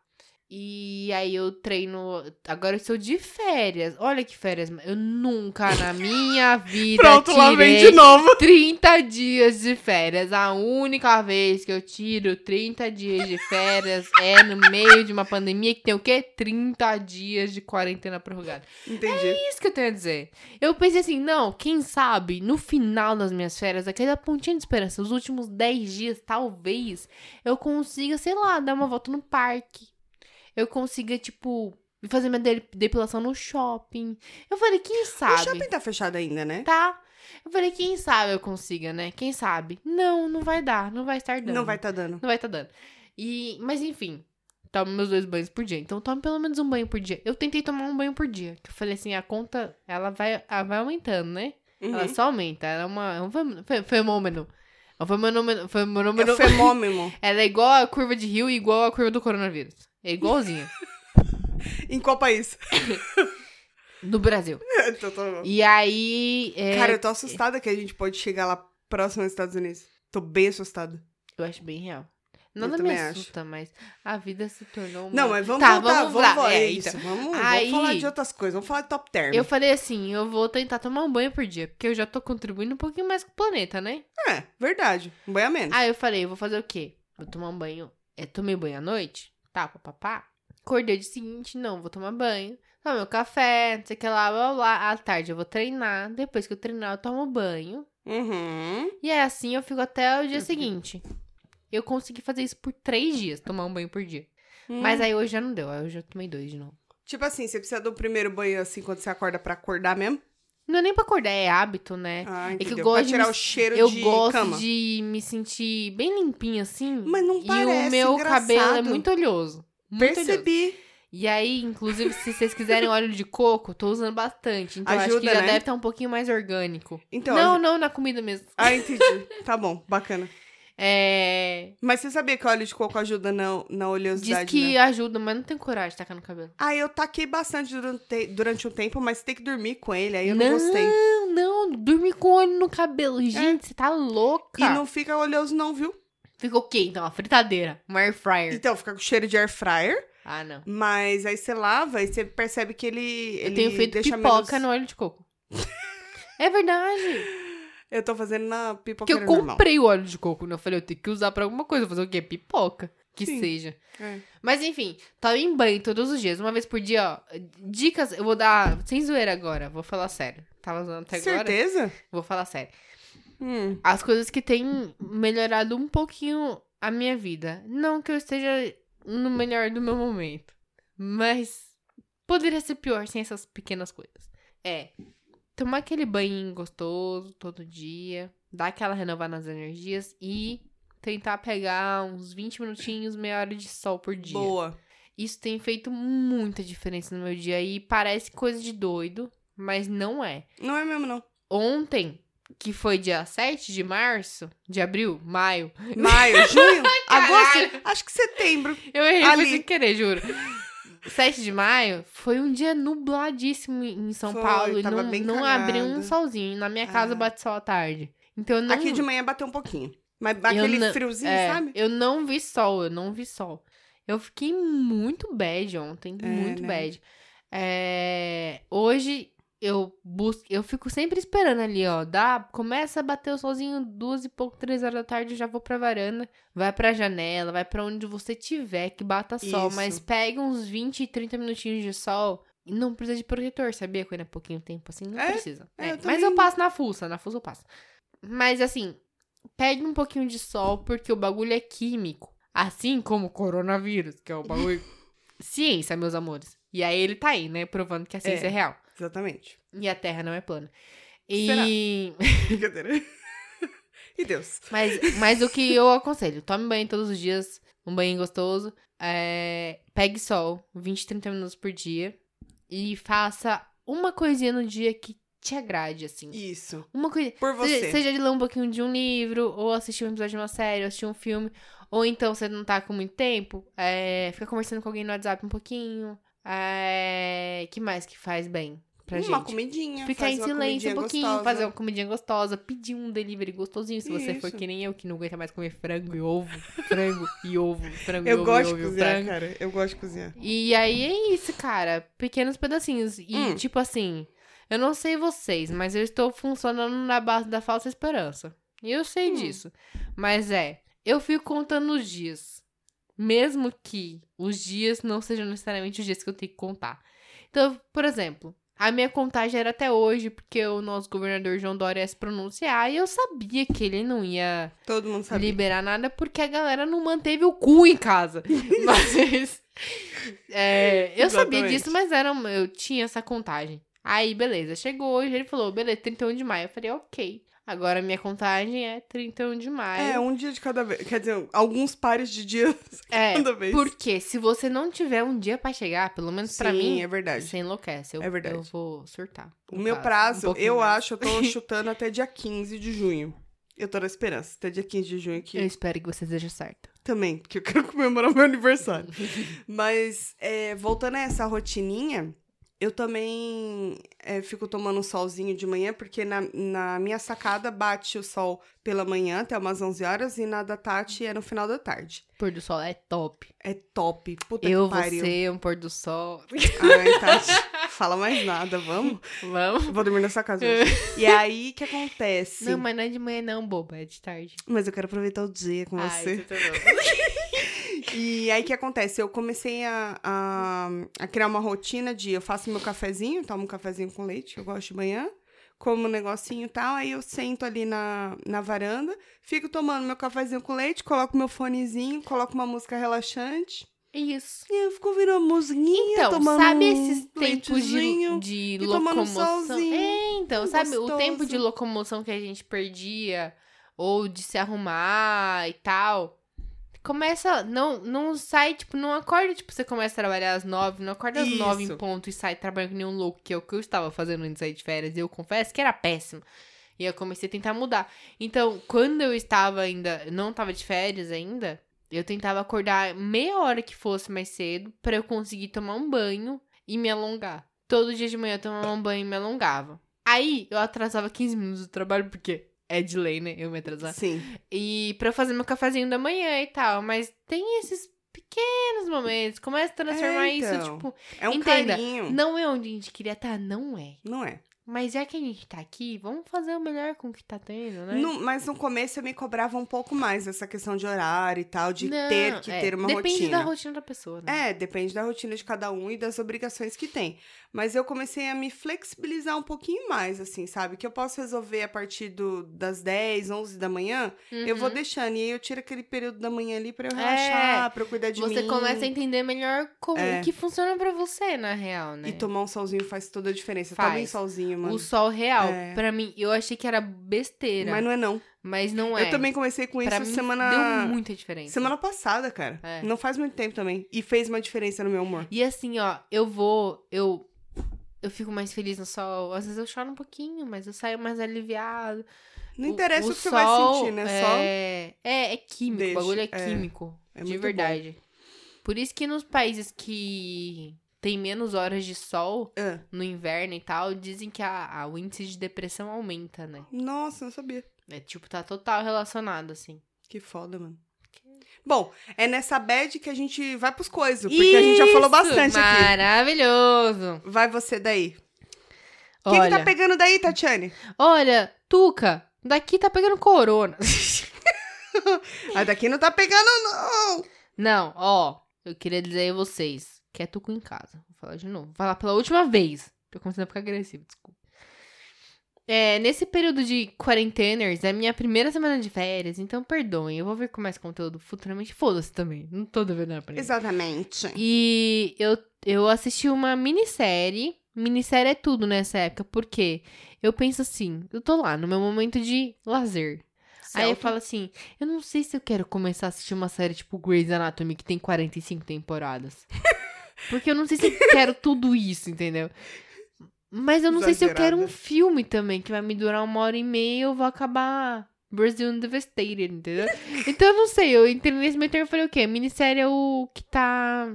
Speaker 1: E aí eu treino. Agora eu sou de férias. Olha que férias. Eu nunca
Speaker 2: [laughs]
Speaker 1: na minha vida
Speaker 2: Pronto,
Speaker 1: tirei
Speaker 2: lá vem de novo.
Speaker 1: 30 dias de férias. A única vez que eu tiro 30 dias de férias é no meio de uma pandemia que tem o quê? 30 dias de quarentena prorrogada.
Speaker 2: Entendi.
Speaker 1: É isso que eu tenho a dizer. Eu pensei assim, não, quem sabe, no final das minhas férias, aquela pontinha de esperança, os últimos 10 dias, talvez, eu consiga, sei lá, dar uma volta no parque. Eu consiga, tipo, fazer minha de- depilação no shopping. Eu falei, quem
Speaker 2: o
Speaker 1: sabe?
Speaker 2: shopping tá fechado ainda, né?
Speaker 1: Tá? Eu falei, quem sabe eu consiga, né? Quem sabe? Não, não vai dar, não vai estar dando.
Speaker 2: Não vai tá dando.
Speaker 1: [laughs] Não vai tá dando. E, mas enfim, tomo meus dois banhos por dia. Então tome pelo menos um banho por dia. Eu tentei tomar um banho por dia. Que eu falei assim, a conta, ela vai, ela vai aumentando, né? Ela
Speaker 2: Uhum.
Speaker 1: só aumenta. Ela é uma, é um fem- fe- fenômeno. É um fenômeno.
Speaker 2: É
Speaker 1: fenômeno [laughs]
Speaker 2: o fenômeno.
Speaker 1: Ela é igual a curva de rio e igual
Speaker 2: [laughs]
Speaker 1: a curva do coronavírus. É igualzinha.
Speaker 2: em qual país?
Speaker 1: do Brasil.
Speaker 2: Tô- tô-
Speaker 1: E aí. é,
Speaker 2: Cara, eu tô assustada que a gente pode chegar lá próximo aos Estados Unidos. Tô bem assustada.
Speaker 1: eu acho bem real. Nada me
Speaker 2: também acho.
Speaker 1: assusta, mas a vida se tornou. uma-
Speaker 2: Não, mas vamos
Speaker 1: Tá,
Speaker 2: voltar,
Speaker 1: vamos
Speaker 2: vamos,
Speaker 1: lá.
Speaker 2: voltar.
Speaker 1: É,
Speaker 2: É, isso. Vamos,
Speaker 1: Aí-
Speaker 2: vamos falar de outras coisas. Vamos falar de top term.
Speaker 1: Eu falei assim, eu vou tentar tomar um banho por dia, porque eu já tô contribuindo um pouquinho mais com o planeta, né?
Speaker 2: É, verdade. Um banho a menos.
Speaker 1: Aí eu falei, eu vou fazer o quê? Vou tomar um banho. É, tomei banho à noite? Tá, papapá. Acordei de seguinte, não, vou tomar banho. Tomar meu café, não sei o que lá, blá blá, blá. À tarde eu vou treinar. Depois que eu treinar, eu tomo banho.
Speaker 2: Uhum.
Speaker 1: E é assim eu fico até o dia seguinte. Eu consegui fazer isso por três dias, tomar um banho por dia.
Speaker 2: É.
Speaker 1: Mas aí hoje já não deu, aí eu já tomei dois de novo.
Speaker 2: Tipo assim, você precisa do primeiro banho assim quando você acorda pra acordar mesmo?
Speaker 1: Não é nem pra acordar, é hábito, né?
Speaker 2: Ah,
Speaker 1: que eu
Speaker 2: entendeu.
Speaker 1: gosto
Speaker 2: pra
Speaker 1: de
Speaker 2: tirar
Speaker 1: me-
Speaker 2: o cheiro
Speaker 1: Eu
Speaker 2: de
Speaker 1: gosto
Speaker 2: cama.
Speaker 1: de me sentir bem limpinha assim.
Speaker 2: Mas não
Speaker 1: e
Speaker 2: parece,
Speaker 1: o meu
Speaker 2: engraçado.
Speaker 1: cabelo é muito oleoso. Muito oleoso.
Speaker 2: Percebi.
Speaker 1: E aí, inclusive, se vocês quiserem óleo de coco, tô usando bastante. Então acho que
Speaker 2: Ajuda,
Speaker 1: já
Speaker 2: né?
Speaker 1: deve estar um pouquinho mais orgânico.
Speaker 2: Então,
Speaker 1: não, não, na comida mesmo.
Speaker 2: Ah, entendi. tá bom, bacana.
Speaker 1: É.
Speaker 2: Mas você sabia que o óleo de coco ajuda na, na
Speaker 1: Diz
Speaker 2: oleosidade,
Speaker 1: que
Speaker 2: né?
Speaker 1: ajuda, mas não tenho coragem de tacar no cabelo.
Speaker 2: Ah, eu taquei bastante durante, durante um tempo, mas tem que dormir com ele, aí eu não,
Speaker 1: Não,
Speaker 2: gostei. É.
Speaker 1: Não, não, dormir com óleo no cabelo. Gente, você tá louca.
Speaker 2: E não fica oleoso não, viu?
Speaker 1: Ficou o quê, então? A fritadeira, um air fryer.
Speaker 2: Então, fica com cheiro de air fryer,
Speaker 1: Ah, não.
Speaker 2: mas aí você lava e você percebe que ele,
Speaker 1: Eu
Speaker 2: ele
Speaker 1: tenho feito
Speaker 2: deixa
Speaker 1: pipoca
Speaker 2: menos...
Speaker 1: no óleo de coco. [laughs] é verdade.
Speaker 2: Eu tô fazendo na
Speaker 1: Porque
Speaker 2: pipoqueira
Speaker 1: eu
Speaker 2: normal.
Speaker 1: comprei o óleo de coco, né? Eu falei, eu tenho que usar pra alguma coisa. Fazer o quê? Pipoca. Que
Speaker 2: Sim.
Speaker 1: seja.
Speaker 2: É.
Speaker 1: Mas enfim, tava em banho todos os dias, uma vez por dia, ó. Dicas, eu vou dar. Sem zoeira agora, vou falar sério. Tava zoando até agora.
Speaker 2: Certeza?
Speaker 1: Vou falar sério.
Speaker 2: Hum.
Speaker 1: As coisas que têm melhorado um pouquinho a minha vida. Não que eu esteja no melhor do meu momento. Mas poderia ser pior sem essas pequenas coisas. É. Tomar aquele banho gostoso todo dia, dar aquela renovada nas energias e tentar pegar uns 20 minutinhos, meia hora de sol por dia.
Speaker 2: Boa.
Speaker 1: Isso tem feito muita diferença no meu dia e parece coisa de doido, mas não é
Speaker 2: Não é
Speaker 1: [laughs]
Speaker 2: mesmo, não.
Speaker 1: ontem, que foi dia 7 de março, de abril, maio.
Speaker 2: Maio, junho,
Speaker 1: Caralho.
Speaker 2: agosto, acho que setembro.
Speaker 1: Eu errei foi
Speaker 2: Ali.
Speaker 1: sem querer, juro. [laughs] 7 de maio foi um dia nubladíssimo em São
Speaker 2: Foi,
Speaker 1: Paulo e
Speaker 2: tava
Speaker 1: não,
Speaker 2: bem
Speaker 1: não
Speaker 2: cagado.
Speaker 1: abriu um solzinho. Na minha casa
Speaker 2: Ah.
Speaker 1: bate sol à tarde. Então eu não
Speaker 2: Aqui de manhã bateu um pouquinho. Mas
Speaker 1: Eu
Speaker 2: aquele
Speaker 1: não-
Speaker 2: friozinho,
Speaker 1: é,
Speaker 2: sabe?
Speaker 1: Eu não vi sol, eu não vi sol. Eu fiquei muito bad ontem,
Speaker 2: É,
Speaker 1: muito
Speaker 2: né?
Speaker 1: bad. É, hoje eu busco, eu fico sempre esperando ali, ó, dá, começa a bater o solzinho duas e pouco, três horas da tarde, eu já vou pra varanda, vai pra janela, vai pra onde você tiver que bata sol,
Speaker 2: Isso.
Speaker 1: mas pega uns 20, 30 minutinhos de sol e não precisa de protetor, sabia? Quando é pouquinho tempo assim, não
Speaker 2: É,
Speaker 1: precisa. É,
Speaker 2: é, eu
Speaker 1: Mas
Speaker 2: também
Speaker 1: eu
Speaker 2: não-
Speaker 1: passo na fuça, na fuça eu passo. Mas assim, pegue um pouquinho de sol, porque o bagulho é químico. Assim como o coronavírus, que é o bagulho. ciência, meus amores. E aí ele tá aí, né? Provando que a ciência é,
Speaker 2: É.
Speaker 1: real.
Speaker 2: Exatamente. [laughs]
Speaker 1: E a Terra não é plana. E.
Speaker 2: Brincadeira. e Deus.
Speaker 1: Mas, mas o que eu aconselho, tome banho todos os dias, um banho gostoso, é, pegue sol, 20, 30 minutos por dia, e faça uma coisinha no dia que te agrade, assim.
Speaker 2: Isso.
Speaker 1: Uma coisa.
Speaker 2: Por
Speaker 1: Seja,
Speaker 2: você.
Speaker 1: seja de ler um pouquinho de um livro, ou assistir um episódio de uma série, ou assistir um filme. Ou então você não tá com muito tempo, é, fica conversando com alguém no WhatsApp um pouquinho. É, que mais que faz bem pra
Speaker 2: uma
Speaker 1: gente?
Speaker 2: comidinha.
Speaker 1: Ficar
Speaker 2: faz
Speaker 1: em
Speaker 2: uma
Speaker 1: silêncio
Speaker 2: comidinha
Speaker 1: um pouquinho,
Speaker 2: gostosa.
Speaker 1: fazer uma comidinha gostosa, pedir um delivery gostosinho. Se você for
Speaker 2: Isso.
Speaker 1: que nem eu, que não aguenta mais comer frango e ovo, frango e ovo, frango e
Speaker 2: Eu
Speaker 1: ovo, e
Speaker 2: gosto
Speaker 1: ovo
Speaker 2: de
Speaker 1: e
Speaker 2: cozinhar,
Speaker 1: frango.
Speaker 2: cara. Eu gosto de cozinhar.
Speaker 1: E aí é isso, cara. Pequenos pedacinhos. E,
Speaker 2: Hum.
Speaker 1: tipo assim, eu não sei vocês, mas eu estou funcionando na base da falsa esperança. E eu sei disso. Mas é, eu fico contando os dias. Mesmo que os dias não sejam necessariamente os dias que eu tenho que contar. Então, por exemplo, a minha contagem era até hoje, porque o nosso governador João Dória ia se pronunciar e eu sabia que ele não ia
Speaker 2: Todo mundo sabe.
Speaker 1: liberar nada porque a galera não manteve o cu em
Speaker 2: [laughs]
Speaker 1: casa. Mas. é, eu sabia
Speaker 2: Exatamente.
Speaker 1: disso, mas era, um- eu tinha essa contagem. Aí, beleza, chegou hoje, ele falou, beleza, 31 de maio. Eu falei, ok. Agora minha contagem é 31 de
Speaker 2: É,
Speaker 1: maio.
Speaker 2: um dia de cada vez. Quer dizer, alguns pares de dias
Speaker 1: É,
Speaker 2: cada vez.
Speaker 1: porque se você não tiver um dia pra chegar, pelo menos pra
Speaker 2: Sim,
Speaker 1: mim,
Speaker 2: é verdade.
Speaker 1: você enlouquece. Eu,
Speaker 2: É verdade.
Speaker 1: Eu vou surtar.
Speaker 2: O
Speaker 1: no
Speaker 2: meu
Speaker 1: caso, um
Speaker 2: prazo,
Speaker 1: pouquinho
Speaker 2: eu
Speaker 1: mais.
Speaker 2: acho,
Speaker 1: [laughs]
Speaker 2: eu tô chutando até dia 15 de junho. Eu tô na esperança, até dia 15 de junho que
Speaker 1: Eu espero que você seja certo.
Speaker 2: também, porque eu quero comemorar meu aniversário. Mas, é, voltando a essa rotininha, Eu também é, fico tomando um solzinho de manhã, porque na, na minha sacada bate o sol pela manhã até umas 11 horas e na da Tati é no final da tarde.
Speaker 1: Pôr do sol é top.
Speaker 2: É top. Puta
Speaker 1: eu,
Speaker 2: que pariu.
Speaker 1: você, um pôr do sol.
Speaker 2: Ai, Tati, fala mais nada, vamos?
Speaker 1: Vamos.
Speaker 2: Vou dormir na sua casa hoje. E aí, o que acontece?
Speaker 1: Não, mas não é de manhã não, boba. É de tarde.
Speaker 2: Mas eu quero aproveitar o dia com
Speaker 1: Ai,
Speaker 2: você.
Speaker 1: tu tá louca.
Speaker 2: E aí o que acontece? Eu comecei a, a, a criar uma rotina de eu faço meu cafezinho, tomo um cafezinho com leite, que eu gosto de manhã, como um negocinho e tal, aí eu sento ali na, na varanda, fico tomando meu cafezinho com leite, coloco meu fonezinho, coloco uma música relaxante.
Speaker 1: [laughs] Isso.
Speaker 2: E eu fico ouvindo uma musiquinha,
Speaker 1: Então,
Speaker 2: tomando
Speaker 1: sabe
Speaker 2: um
Speaker 1: esses tempos de,
Speaker 2: leitezinho.
Speaker 1: de
Speaker 2: e tomando um
Speaker 1: locomoção?
Speaker 2: solzinho. Um
Speaker 1: É, então, sabe o
Speaker 2: gostoso.
Speaker 1: tempo de locomoção que a gente perdia ou de se arrumar e tal. Começa, não, não sai, tipo, não acorda, tipo, você começa a trabalhar às nove, não acorda às nove em
Speaker 2: Isso.
Speaker 1: ponto e sai trabalhando que nem um louco, que é o que eu estava fazendo antes de sair de férias, e eu confesso que era péssimo. E eu comecei a tentar mudar. Então, quando eu estava ainda, não estava de férias ainda, eu tentava acordar meia hora que fosse mais cedo pra eu conseguir tomar um banho e me alongar. Todo dia de manhã eu tomava um banho e me alongava. Aí eu atrasava 15 minutos do trabalho, porque é de lei, né? Eu me atrasar.
Speaker 2: Sim.
Speaker 1: E pra eu fazer meu cafezinho da manhã e tal. Mas tem esses pequenos momentos. Começa a transformar
Speaker 2: É,
Speaker 1: isso,
Speaker 2: então.
Speaker 1: tipo,
Speaker 2: É um
Speaker 1: Entenda,
Speaker 2: carinho.
Speaker 1: não é onde a gente queria estar, não é.
Speaker 2: Não é.
Speaker 1: Mas já que a gente tá aqui, vamos fazer o melhor com o que tá tendo, né?
Speaker 2: No- mas no começo eu me cobrava um pouco mais essa questão de horário e tal, de
Speaker 1: Não,
Speaker 2: ter que
Speaker 1: é,
Speaker 2: ter uma
Speaker 1: Depende
Speaker 2: rotina.
Speaker 1: da rotina da pessoa, né?
Speaker 2: É, depende da rotina de cada um e das obrigações que tem. Mas eu comecei a me flexibilizar um pouquinho mais, assim, sabe? Que eu posso resolver a partir do- das 10, 11 da manhã. É, Eu
Speaker 1: Uhum.
Speaker 2: vou deixando. E aí eu tiro aquele período da manhã ali pra eu
Speaker 1: É.
Speaker 2: relaxar, pra eu cuidar de
Speaker 1: você
Speaker 2: mim.
Speaker 1: começa a entender melhor como
Speaker 2: É.
Speaker 1: o que funciona pra você, na real, né?
Speaker 2: E tomar um solzinho faz toda a diferença.
Speaker 1: Faz.
Speaker 2: Tá bem solzinho, mano.
Speaker 1: O sol real.
Speaker 2: É.
Speaker 1: Pra mim, eu achei que era besteira,
Speaker 2: Mas não é não.
Speaker 1: mas não é.
Speaker 2: Eu também comecei com
Speaker 1: pra
Speaker 2: isso
Speaker 1: mim,
Speaker 2: semana...
Speaker 1: Deu muita diferença.
Speaker 2: Semana passada, cara.
Speaker 1: É.
Speaker 2: Não faz muito tempo também. E fez uma diferença no meu humor.
Speaker 1: E assim, ó, eu vou, eu eu fico mais feliz no sol. Às vezes eu choro um pouquinho, mas eu saio mais aliviado.
Speaker 2: Não interessa o, que você
Speaker 1: sol
Speaker 2: vai sentir, né? Só.
Speaker 1: É, é, é químico,
Speaker 2: Deixa,
Speaker 1: o bagulho é
Speaker 2: é.
Speaker 1: químico.
Speaker 2: É
Speaker 1: de
Speaker 2: muito
Speaker 1: verdade. Por isso que nos países que tem menos horas de sol
Speaker 2: Ah.
Speaker 1: no inverno e tal, dizem que a, a- o índice de depressão aumenta, né?
Speaker 2: Nossa, não sabia.
Speaker 1: É tipo, tá total relacionado, assim.
Speaker 2: Que foda, mano. Bom, é nessa bad que a gente vai pros coisas, porque a gente já falou
Speaker 1: Isso,
Speaker 2: bastante aqui.
Speaker 1: Maravilhoso!
Speaker 2: Vai você daí. O que,
Speaker 1: Olha,
Speaker 2: que tá pegando daí, Tatiane?
Speaker 1: olha, Tuca, daqui tá pegando corona.
Speaker 2: A daqui não tá pegando, não!
Speaker 1: Não, ó, eu queria dizer a vocês que é Tuco em casa. Vou falar de novo. Vou falar pela última vez. Tô começando a ficar agressivo, desculpa. É, nesse período de quarenteners, é a minha primeira semana de férias, então perdoem. Eu vou vir com mais conteúdo futuramente. Foda-se também. Não tô devendo nada pra ninguém.
Speaker 2: Exatamente.
Speaker 1: E eu, eu assisti uma minissérie. Minissérie é tudo nessa época, porque eu penso assim, eu tô lá no meu momento de lazer. Aí eu
Speaker 2: Certo.
Speaker 1: falo assim, eu não sei se eu quero começar a assistir uma série tipo Grey's Anatomy, que tem 45 temporadas. Porque eu não sei se eu quero tudo isso, entendeu? Mas eu não sei se eu quero um
Speaker 2: Exagerada.
Speaker 1: filme também, que vai me durar uma hora e meia, eu vou acabar Brazil Devastated, entendeu? Então eu não sei, eu entrei nesse meio termo e falei o quê? Minissérie é o que tá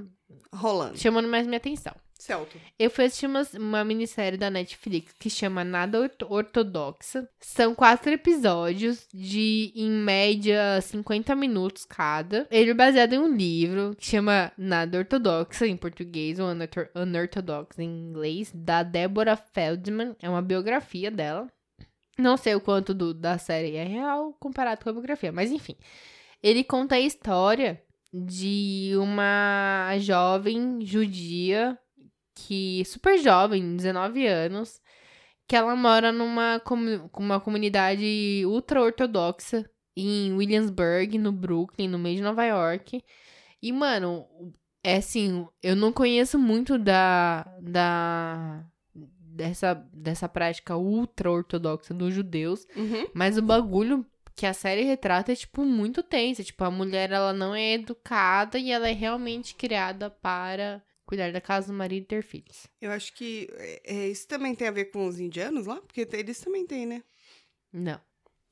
Speaker 2: Rolando.
Speaker 1: chamando mais minha atenção.
Speaker 2: Celto.
Speaker 1: Eu fui assistir uma, uma minissérie da Netflix que chama Nada Orto- Ortodoxa. São quatro episódios de, em média, 50 minutos cada. Ele é baseado em um livro que chama Nada Ortodoxa, em português, ou Unortho- Unorthodox em inglês, da Deborah Feldman. É uma biografia dela. Não sei o quanto do- da série é real comparado com a biografia, mas enfim. Ele conta a história de uma jovem judia que super jovem, 19 anos, que ela mora numa comu- uma comunidade ultra-ortodoxa em Williamsburg, no Brooklyn, no meio de Nova York. E, mano, é assim, eu não conheço muito da. da dessa, dessa prática ultra-ortodoxa dos judeus.
Speaker 2: Uhum.
Speaker 1: Mas o bagulho que a série retrata é, tipo, muito tenso. Tipo, a mulher, ela não é educada e ela é realmente criada para cuidar da casa do marido e ter filhos.
Speaker 2: Eu acho que é, é, isso também tem a ver com os indianos lá, porque te- eles também têm, né?
Speaker 1: Não.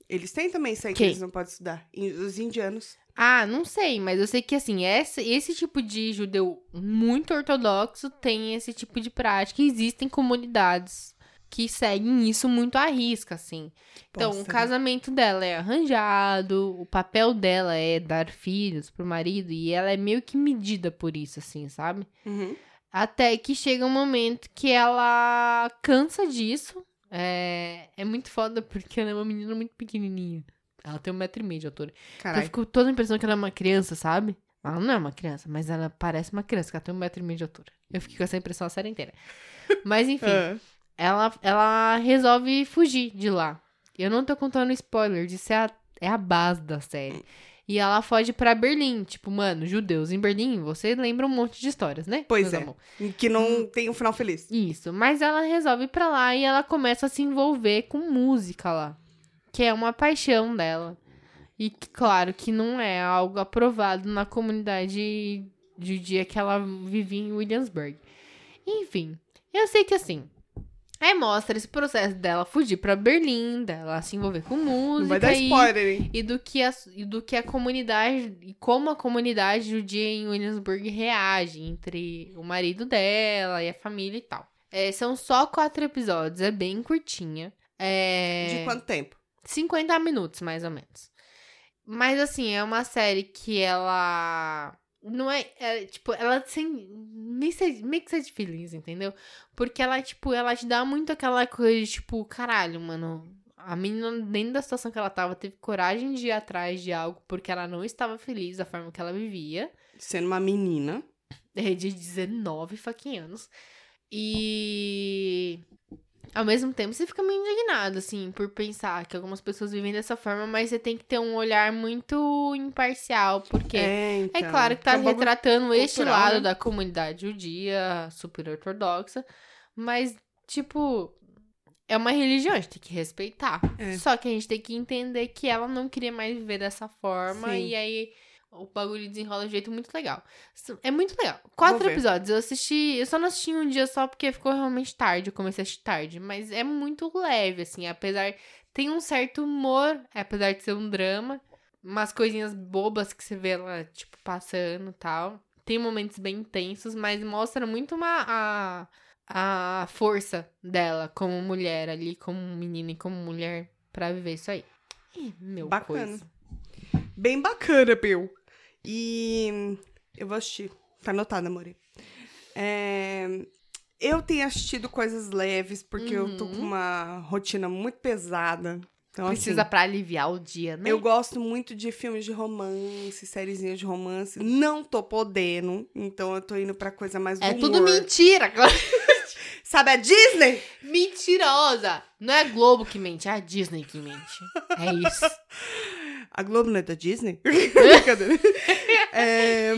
Speaker 2: Eles têm também isso aí que
Speaker 1: Quem?
Speaker 2: eles não podem estudar. In- Os indianos.
Speaker 1: Ah, não sei, mas eu sei que assim, essa- esse tipo de judeu muito ortodoxo tem esse tipo de prática. Existem comunidades que seguem isso muito à risca, assim. Então, o
Speaker 2: Posta, né?
Speaker 1: casamento dela é arranjado, o papel dela é dar filhos pro marido, e ela é meio que medida por isso, assim, sabe?
Speaker 2: Uhum.
Speaker 1: Até que chega um momento que ela cansa disso. É, é muito foda porque ela é uma menina muito pequenininha. Ela tem um metro e meio de altura. Então eu
Speaker 2: Caralho.
Speaker 1: fico toda a impressão que ela é uma criança, sabe? Ela não é uma criança, mas ela parece uma criança, porque ela tem um metro e meio de altura. Eu fiquei com essa impressão a série
Speaker 2: [laughs]
Speaker 1: inteira. Mas enfim,
Speaker 2: Ah.
Speaker 1: ela, ela resolve fugir de lá. Eu não tô contando spoiler, isso é a, é a base da série. E ela foge pra Berlim. Tipo, mano, judeus em Berlim, você lembra um monte de histórias, né?
Speaker 2: Pois
Speaker 1: meus
Speaker 2: é.
Speaker 1: amor?
Speaker 2: Que não tem um final feliz.
Speaker 1: Isso, mas ela resolve ir pra lá e ela começa a se envolver com música lá, que é uma paixão dela. E que, claro que não é algo aprovado na comunidade judia que ela vivia em Williamsburg. Enfim, eu sei que assim, aí mostra esse processo dela fugir pra Berlim, dela se envolver com música
Speaker 2: Não vai dar
Speaker 1: e-
Speaker 2: spoiler, hein?
Speaker 1: e do que a, e do que a comunidade e como a comunidade judia em Williamsburg reage entre o marido dela e a família e tal. É, são só quatro episódios, é bem curtinha. É...
Speaker 2: De quanto tempo?
Speaker 1: 50 minutos, mais ou menos. Mas, assim, é uma série que ela. Não é. é, tipo, ela tem. mixed- Mixed feelings, entendeu? Porque ela, tipo, ela te dá muito aquela coisa de, tipo, caralho, mano. A menina, dentro da situação que ela tava, teve coragem de ir atrás de algo porque ela não estava feliz da forma que ela vivia
Speaker 2: Sendo uma menina.
Speaker 1: é de 19 fucking anos. E ao mesmo tempo você fica meio indignado, assim, por pensar que algumas pessoas vivem dessa forma, mas você tem que ter um olhar muito imparcial, porque é,
Speaker 2: É, então.
Speaker 1: claro que tá
Speaker 2: É um bagulho-
Speaker 1: retratando este
Speaker 2: cultural,
Speaker 1: lado
Speaker 2: né?
Speaker 1: da comunidade judia, super ortodoxa, mas, tipo, é uma religião, a gente tem que respeitar.
Speaker 2: É.
Speaker 1: Só que a gente tem que entender que ela não queria mais viver dessa forma,
Speaker 2: Sim.
Speaker 1: e aí o bagulho desenrola de um jeito muito legal. S- É muito legal. Quatro
Speaker 2: ver.
Speaker 1: episódios. Eu assisti. Eu só não assisti em um dia só porque ficou realmente tarde. Eu comecei a assistir tarde. Mas é muito leve, assim. Apesar. Tem um certo humor, apesar de ser um drama. Umas coisinhas bobas que você vê lá, tipo, passando e tal. Tem momentos bem intensos, mas mostra muito uma. A, a força dela como mulher ali, como menina e como mulher pra viver isso aí. Ih, meu
Speaker 2: Bacana. Então,
Speaker 1: coisa.
Speaker 2: Bem bacana, Bill. E eu vou assistir. Tá anotado, amore. É, Eu tenho assistido coisas leves, porque eu tô com
Speaker 1: Uhum.
Speaker 2: uma rotina muito pesada. Então,
Speaker 1: Precisa
Speaker 2: assim,
Speaker 1: pra aliviar o dia, né?
Speaker 2: eu gosto muito de filmes de romance, sériezinhas de romance. Não tô podendo, então eu tô indo pra coisa mais do
Speaker 1: É tudo
Speaker 2: humor.
Speaker 1: mentira, claro.
Speaker 2: Sabe a Disney?
Speaker 1: Mentirosa! Não é a Globo que mente, é a Disney que mente. É isso.
Speaker 2: A Globo não é
Speaker 1: [laughs]
Speaker 2: da Disney? Brincadeira. É,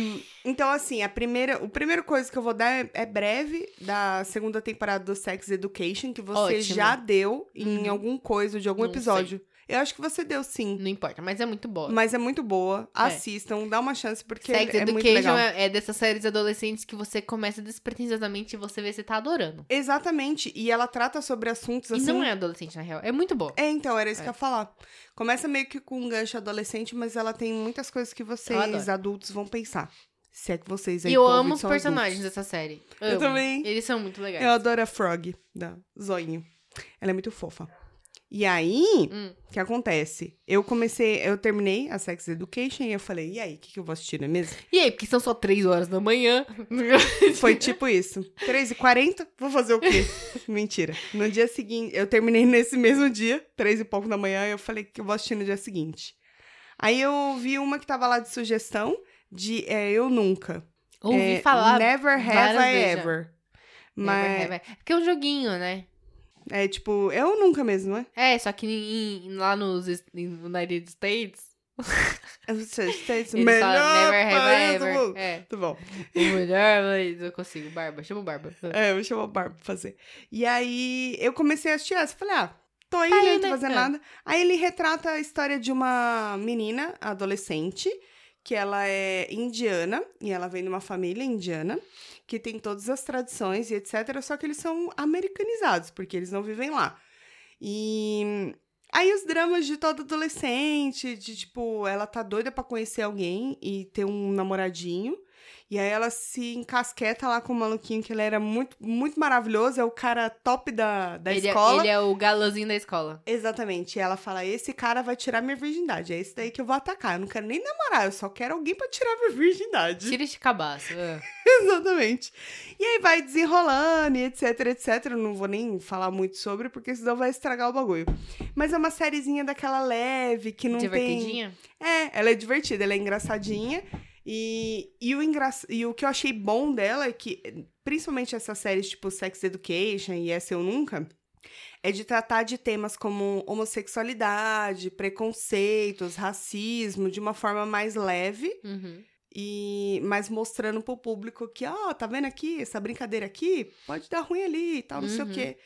Speaker 2: então, assim, a primeira, o primeiro coisa que eu vou dar é, é breve da segunda temporada do Sex Education, que você
Speaker 1: Ótimo. Uhum.
Speaker 2: já deu em algum coisa, de algum
Speaker 1: Não
Speaker 2: episódio. Eu acho que você deu sim.
Speaker 1: Não importa, mas é muito boa.
Speaker 2: Mas é muito boa.
Speaker 1: É.
Speaker 2: Assistam, dá uma chance, porque
Speaker 1: Sex
Speaker 2: é muito
Speaker 1: Education
Speaker 2: legal.
Speaker 1: é, é dessas séries adolescentes que você começa despretensiosamente e você vê você tá adorando.
Speaker 2: Exatamente. E ela trata sobre assuntos
Speaker 1: E
Speaker 2: assim.
Speaker 1: não é adolescente, na real. É muito boa.
Speaker 2: É, então, era isso
Speaker 1: É.
Speaker 2: que eu ia falar. Começa meio que com um gancho adolescente, mas ela tem muitas coisas que vocês,
Speaker 1: adoro.
Speaker 2: adultos, vão pensar. Se é que vocês aí
Speaker 1: E eu
Speaker 2: que estão
Speaker 1: amo
Speaker 2: ouvindo
Speaker 1: os
Speaker 2: são
Speaker 1: personagens
Speaker 2: adultos.
Speaker 1: dessa série.
Speaker 2: Eu
Speaker 1: Amo.
Speaker 2: também.
Speaker 1: Eles são muito legais.
Speaker 2: Eu adoro a Frog, da Zoinho. Ela é muito fofa. E aí, o
Speaker 1: Hum.
Speaker 2: que acontece? Eu comecei, eu terminei a Sex Education e eu falei, e aí, o que, que eu vou assistir, não é mesmo?
Speaker 1: E aí, porque são só três horas da
Speaker 2: [laughs]
Speaker 1: manhã.
Speaker 2: Foi tipo isso. 3h40, vou fazer o quê? Mentira. No dia seguinte, eu terminei nesse mesmo dia, 3 e pouco da manhã, eu falei que eu vou assistir no dia seguinte. Aí eu vi uma que tava lá de sugestão, de é, Eu Nunca.
Speaker 1: Ouvi
Speaker 2: É,
Speaker 1: falar.
Speaker 2: Never Have
Speaker 1: várias
Speaker 2: I
Speaker 1: vezes já.
Speaker 2: Ever. Mas
Speaker 1: Never Have I- Porque é um joguinho, né?
Speaker 2: é tipo, Eu Nunca mesmo, né?
Speaker 1: É, só que em- em- lá nos es- em- no United States,
Speaker 2: Os States,
Speaker 1: eles falam Never Have I
Speaker 2: país do
Speaker 1: Ever.
Speaker 2: mundo.
Speaker 1: É.
Speaker 2: Tá bom.
Speaker 1: O melhor, mas eu consigo. Barba, chama o Barba.
Speaker 2: É, eu vou chamar o Barba pra fazer. E aí eu comecei a assistir essa. Falei, ah, tô aí,
Speaker 1: Tá
Speaker 2: né?
Speaker 1: aí,
Speaker 2: Não tô
Speaker 1: né?
Speaker 2: fazendo
Speaker 1: É.
Speaker 2: nada. Aí ele retrata a história de uma menina adolescente, que ela é indiana, e ela vem de uma família indiana, que tem todas as tradições e etc. Só que eles são americanizados, porque eles não vivem lá. E Aí os dramas de todo adolescente, de tipo, ela tá doida pra conhecer alguém e ter um namoradinho. E aí ela se encasqueta lá com o maluquinho, que ele era muito, muito maravilhoso, é o cara top da, da
Speaker 1: ele, é-
Speaker 2: escola.
Speaker 1: ele é o galãzinho da escola.
Speaker 2: Exatamente. E ela fala: esse cara vai tirar minha virgindade. É esse daí que eu vou atacar. Eu não quero nem namorar, eu só quero alguém pra tirar minha virgindade.
Speaker 1: Tira este cabaço. é.
Speaker 2: [laughs] Exatamente. E aí vai desenrolando e etc, etc. Eu não vou nem falar muito sobre, porque senão vai estragar o bagulho. Mas é uma sériezinha daquela leve, que não tem.
Speaker 1: Divertidinha?
Speaker 2: É, ela é divertida, ela é engraçadinha. E, e, o engra... e o que eu achei bom dela é que, principalmente essas séries tipo Sex Education e Essa Eu Nunca, é de tratar de temas como homossexualidade, preconceitos, racismo, de uma forma mais leve.
Speaker 1: Uhum.
Speaker 2: E mas mostrando pro público que, ó, tá vendo aqui, essa brincadeira aqui pode dar ruim ali e tal, não sei o
Speaker 1: Uhum.
Speaker 2: quê.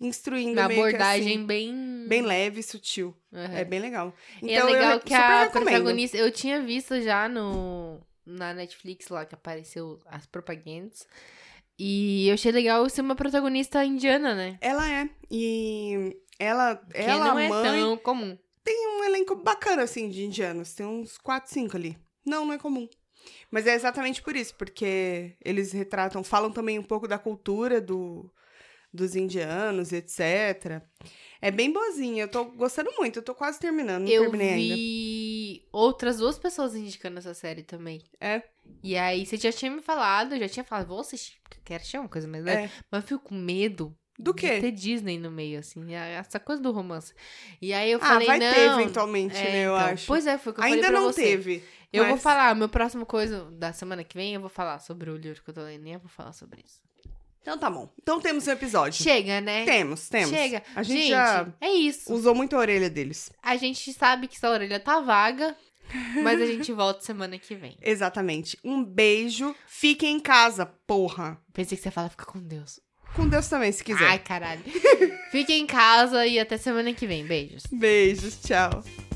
Speaker 2: Instruindo
Speaker 1: Uma
Speaker 2: meio que
Speaker 1: abordagem bem...
Speaker 2: assim, bem leve e sutil.
Speaker 1: Uhum.
Speaker 2: É bem legal.
Speaker 1: e é legal
Speaker 2: eu
Speaker 1: que a
Speaker 2: super recomendo.
Speaker 1: protagonista. Eu tinha visto já no na Netflix lá que apareceu as propagandas. E eu achei legal ser uma protagonista indiana, né?
Speaker 2: Ela é. E ela,
Speaker 1: Que
Speaker 2: ela
Speaker 1: não é
Speaker 2: mãe,
Speaker 1: tão comum.
Speaker 2: tem um elenco bacana, assim, de indianos. Tem uns 4, 5 ali. Não, não é comum. Mas é exatamente por isso, porque eles retratam, falam também um pouco da cultura do, dos indianos, etc. É bem boazinha, eu tô gostando muito, eu tô quase terminando, não
Speaker 1: eu
Speaker 2: terminei ainda.
Speaker 1: vi outras duas pessoas indicando essa série também.
Speaker 2: É.
Speaker 1: E aí você já tinha me falado, eu já tinha falado, vou assistir, porque eu quero achar uma coisa mais leve.
Speaker 2: É.
Speaker 1: Mas eu fico com medo.
Speaker 2: Do
Speaker 1: de
Speaker 2: quê?
Speaker 1: ter Disney no meio, assim, a- essa coisa do romance. E aí eu
Speaker 2: Ah,
Speaker 1: falei,
Speaker 2: vai
Speaker 1: não.
Speaker 2: ter eventualmente,
Speaker 1: É,
Speaker 2: né, eu
Speaker 1: então.
Speaker 2: acho.
Speaker 1: Pois é, foi o que eu falei
Speaker 2: ainda
Speaker 1: pra
Speaker 2: não
Speaker 1: você.
Speaker 2: teve.
Speaker 1: Eu vou
Speaker 2: mas-
Speaker 1: falar, meu próximo coisa da semana que vem, eu vou falar sobre o livro que eu tô lendo, nem eu vou falar sobre isso.
Speaker 2: Então tá bom. Então temos um episódio.
Speaker 1: Chega, né?
Speaker 2: Temos, temos.
Speaker 1: Chega.
Speaker 2: A gente, já
Speaker 1: é isso.
Speaker 2: usou muito a orelha deles.
Speaker 1: A gente sabe que essa orelha tá vaga, mas a gente volta semana que vem.
Speaker 2: Exatamente. Um beijo. Fiquem em casa, porra.
Speaker 1: Pensei que você fala, fica com Deus.
Speaker 2: Com Deus também, se
Speaker 1: [laughs]
Speaker 2: quiser.
Speaker 1: Ai, caralho. Fiquem em casa e até semana que vem. Beijos.
Speaker 2: Beijos, tchau.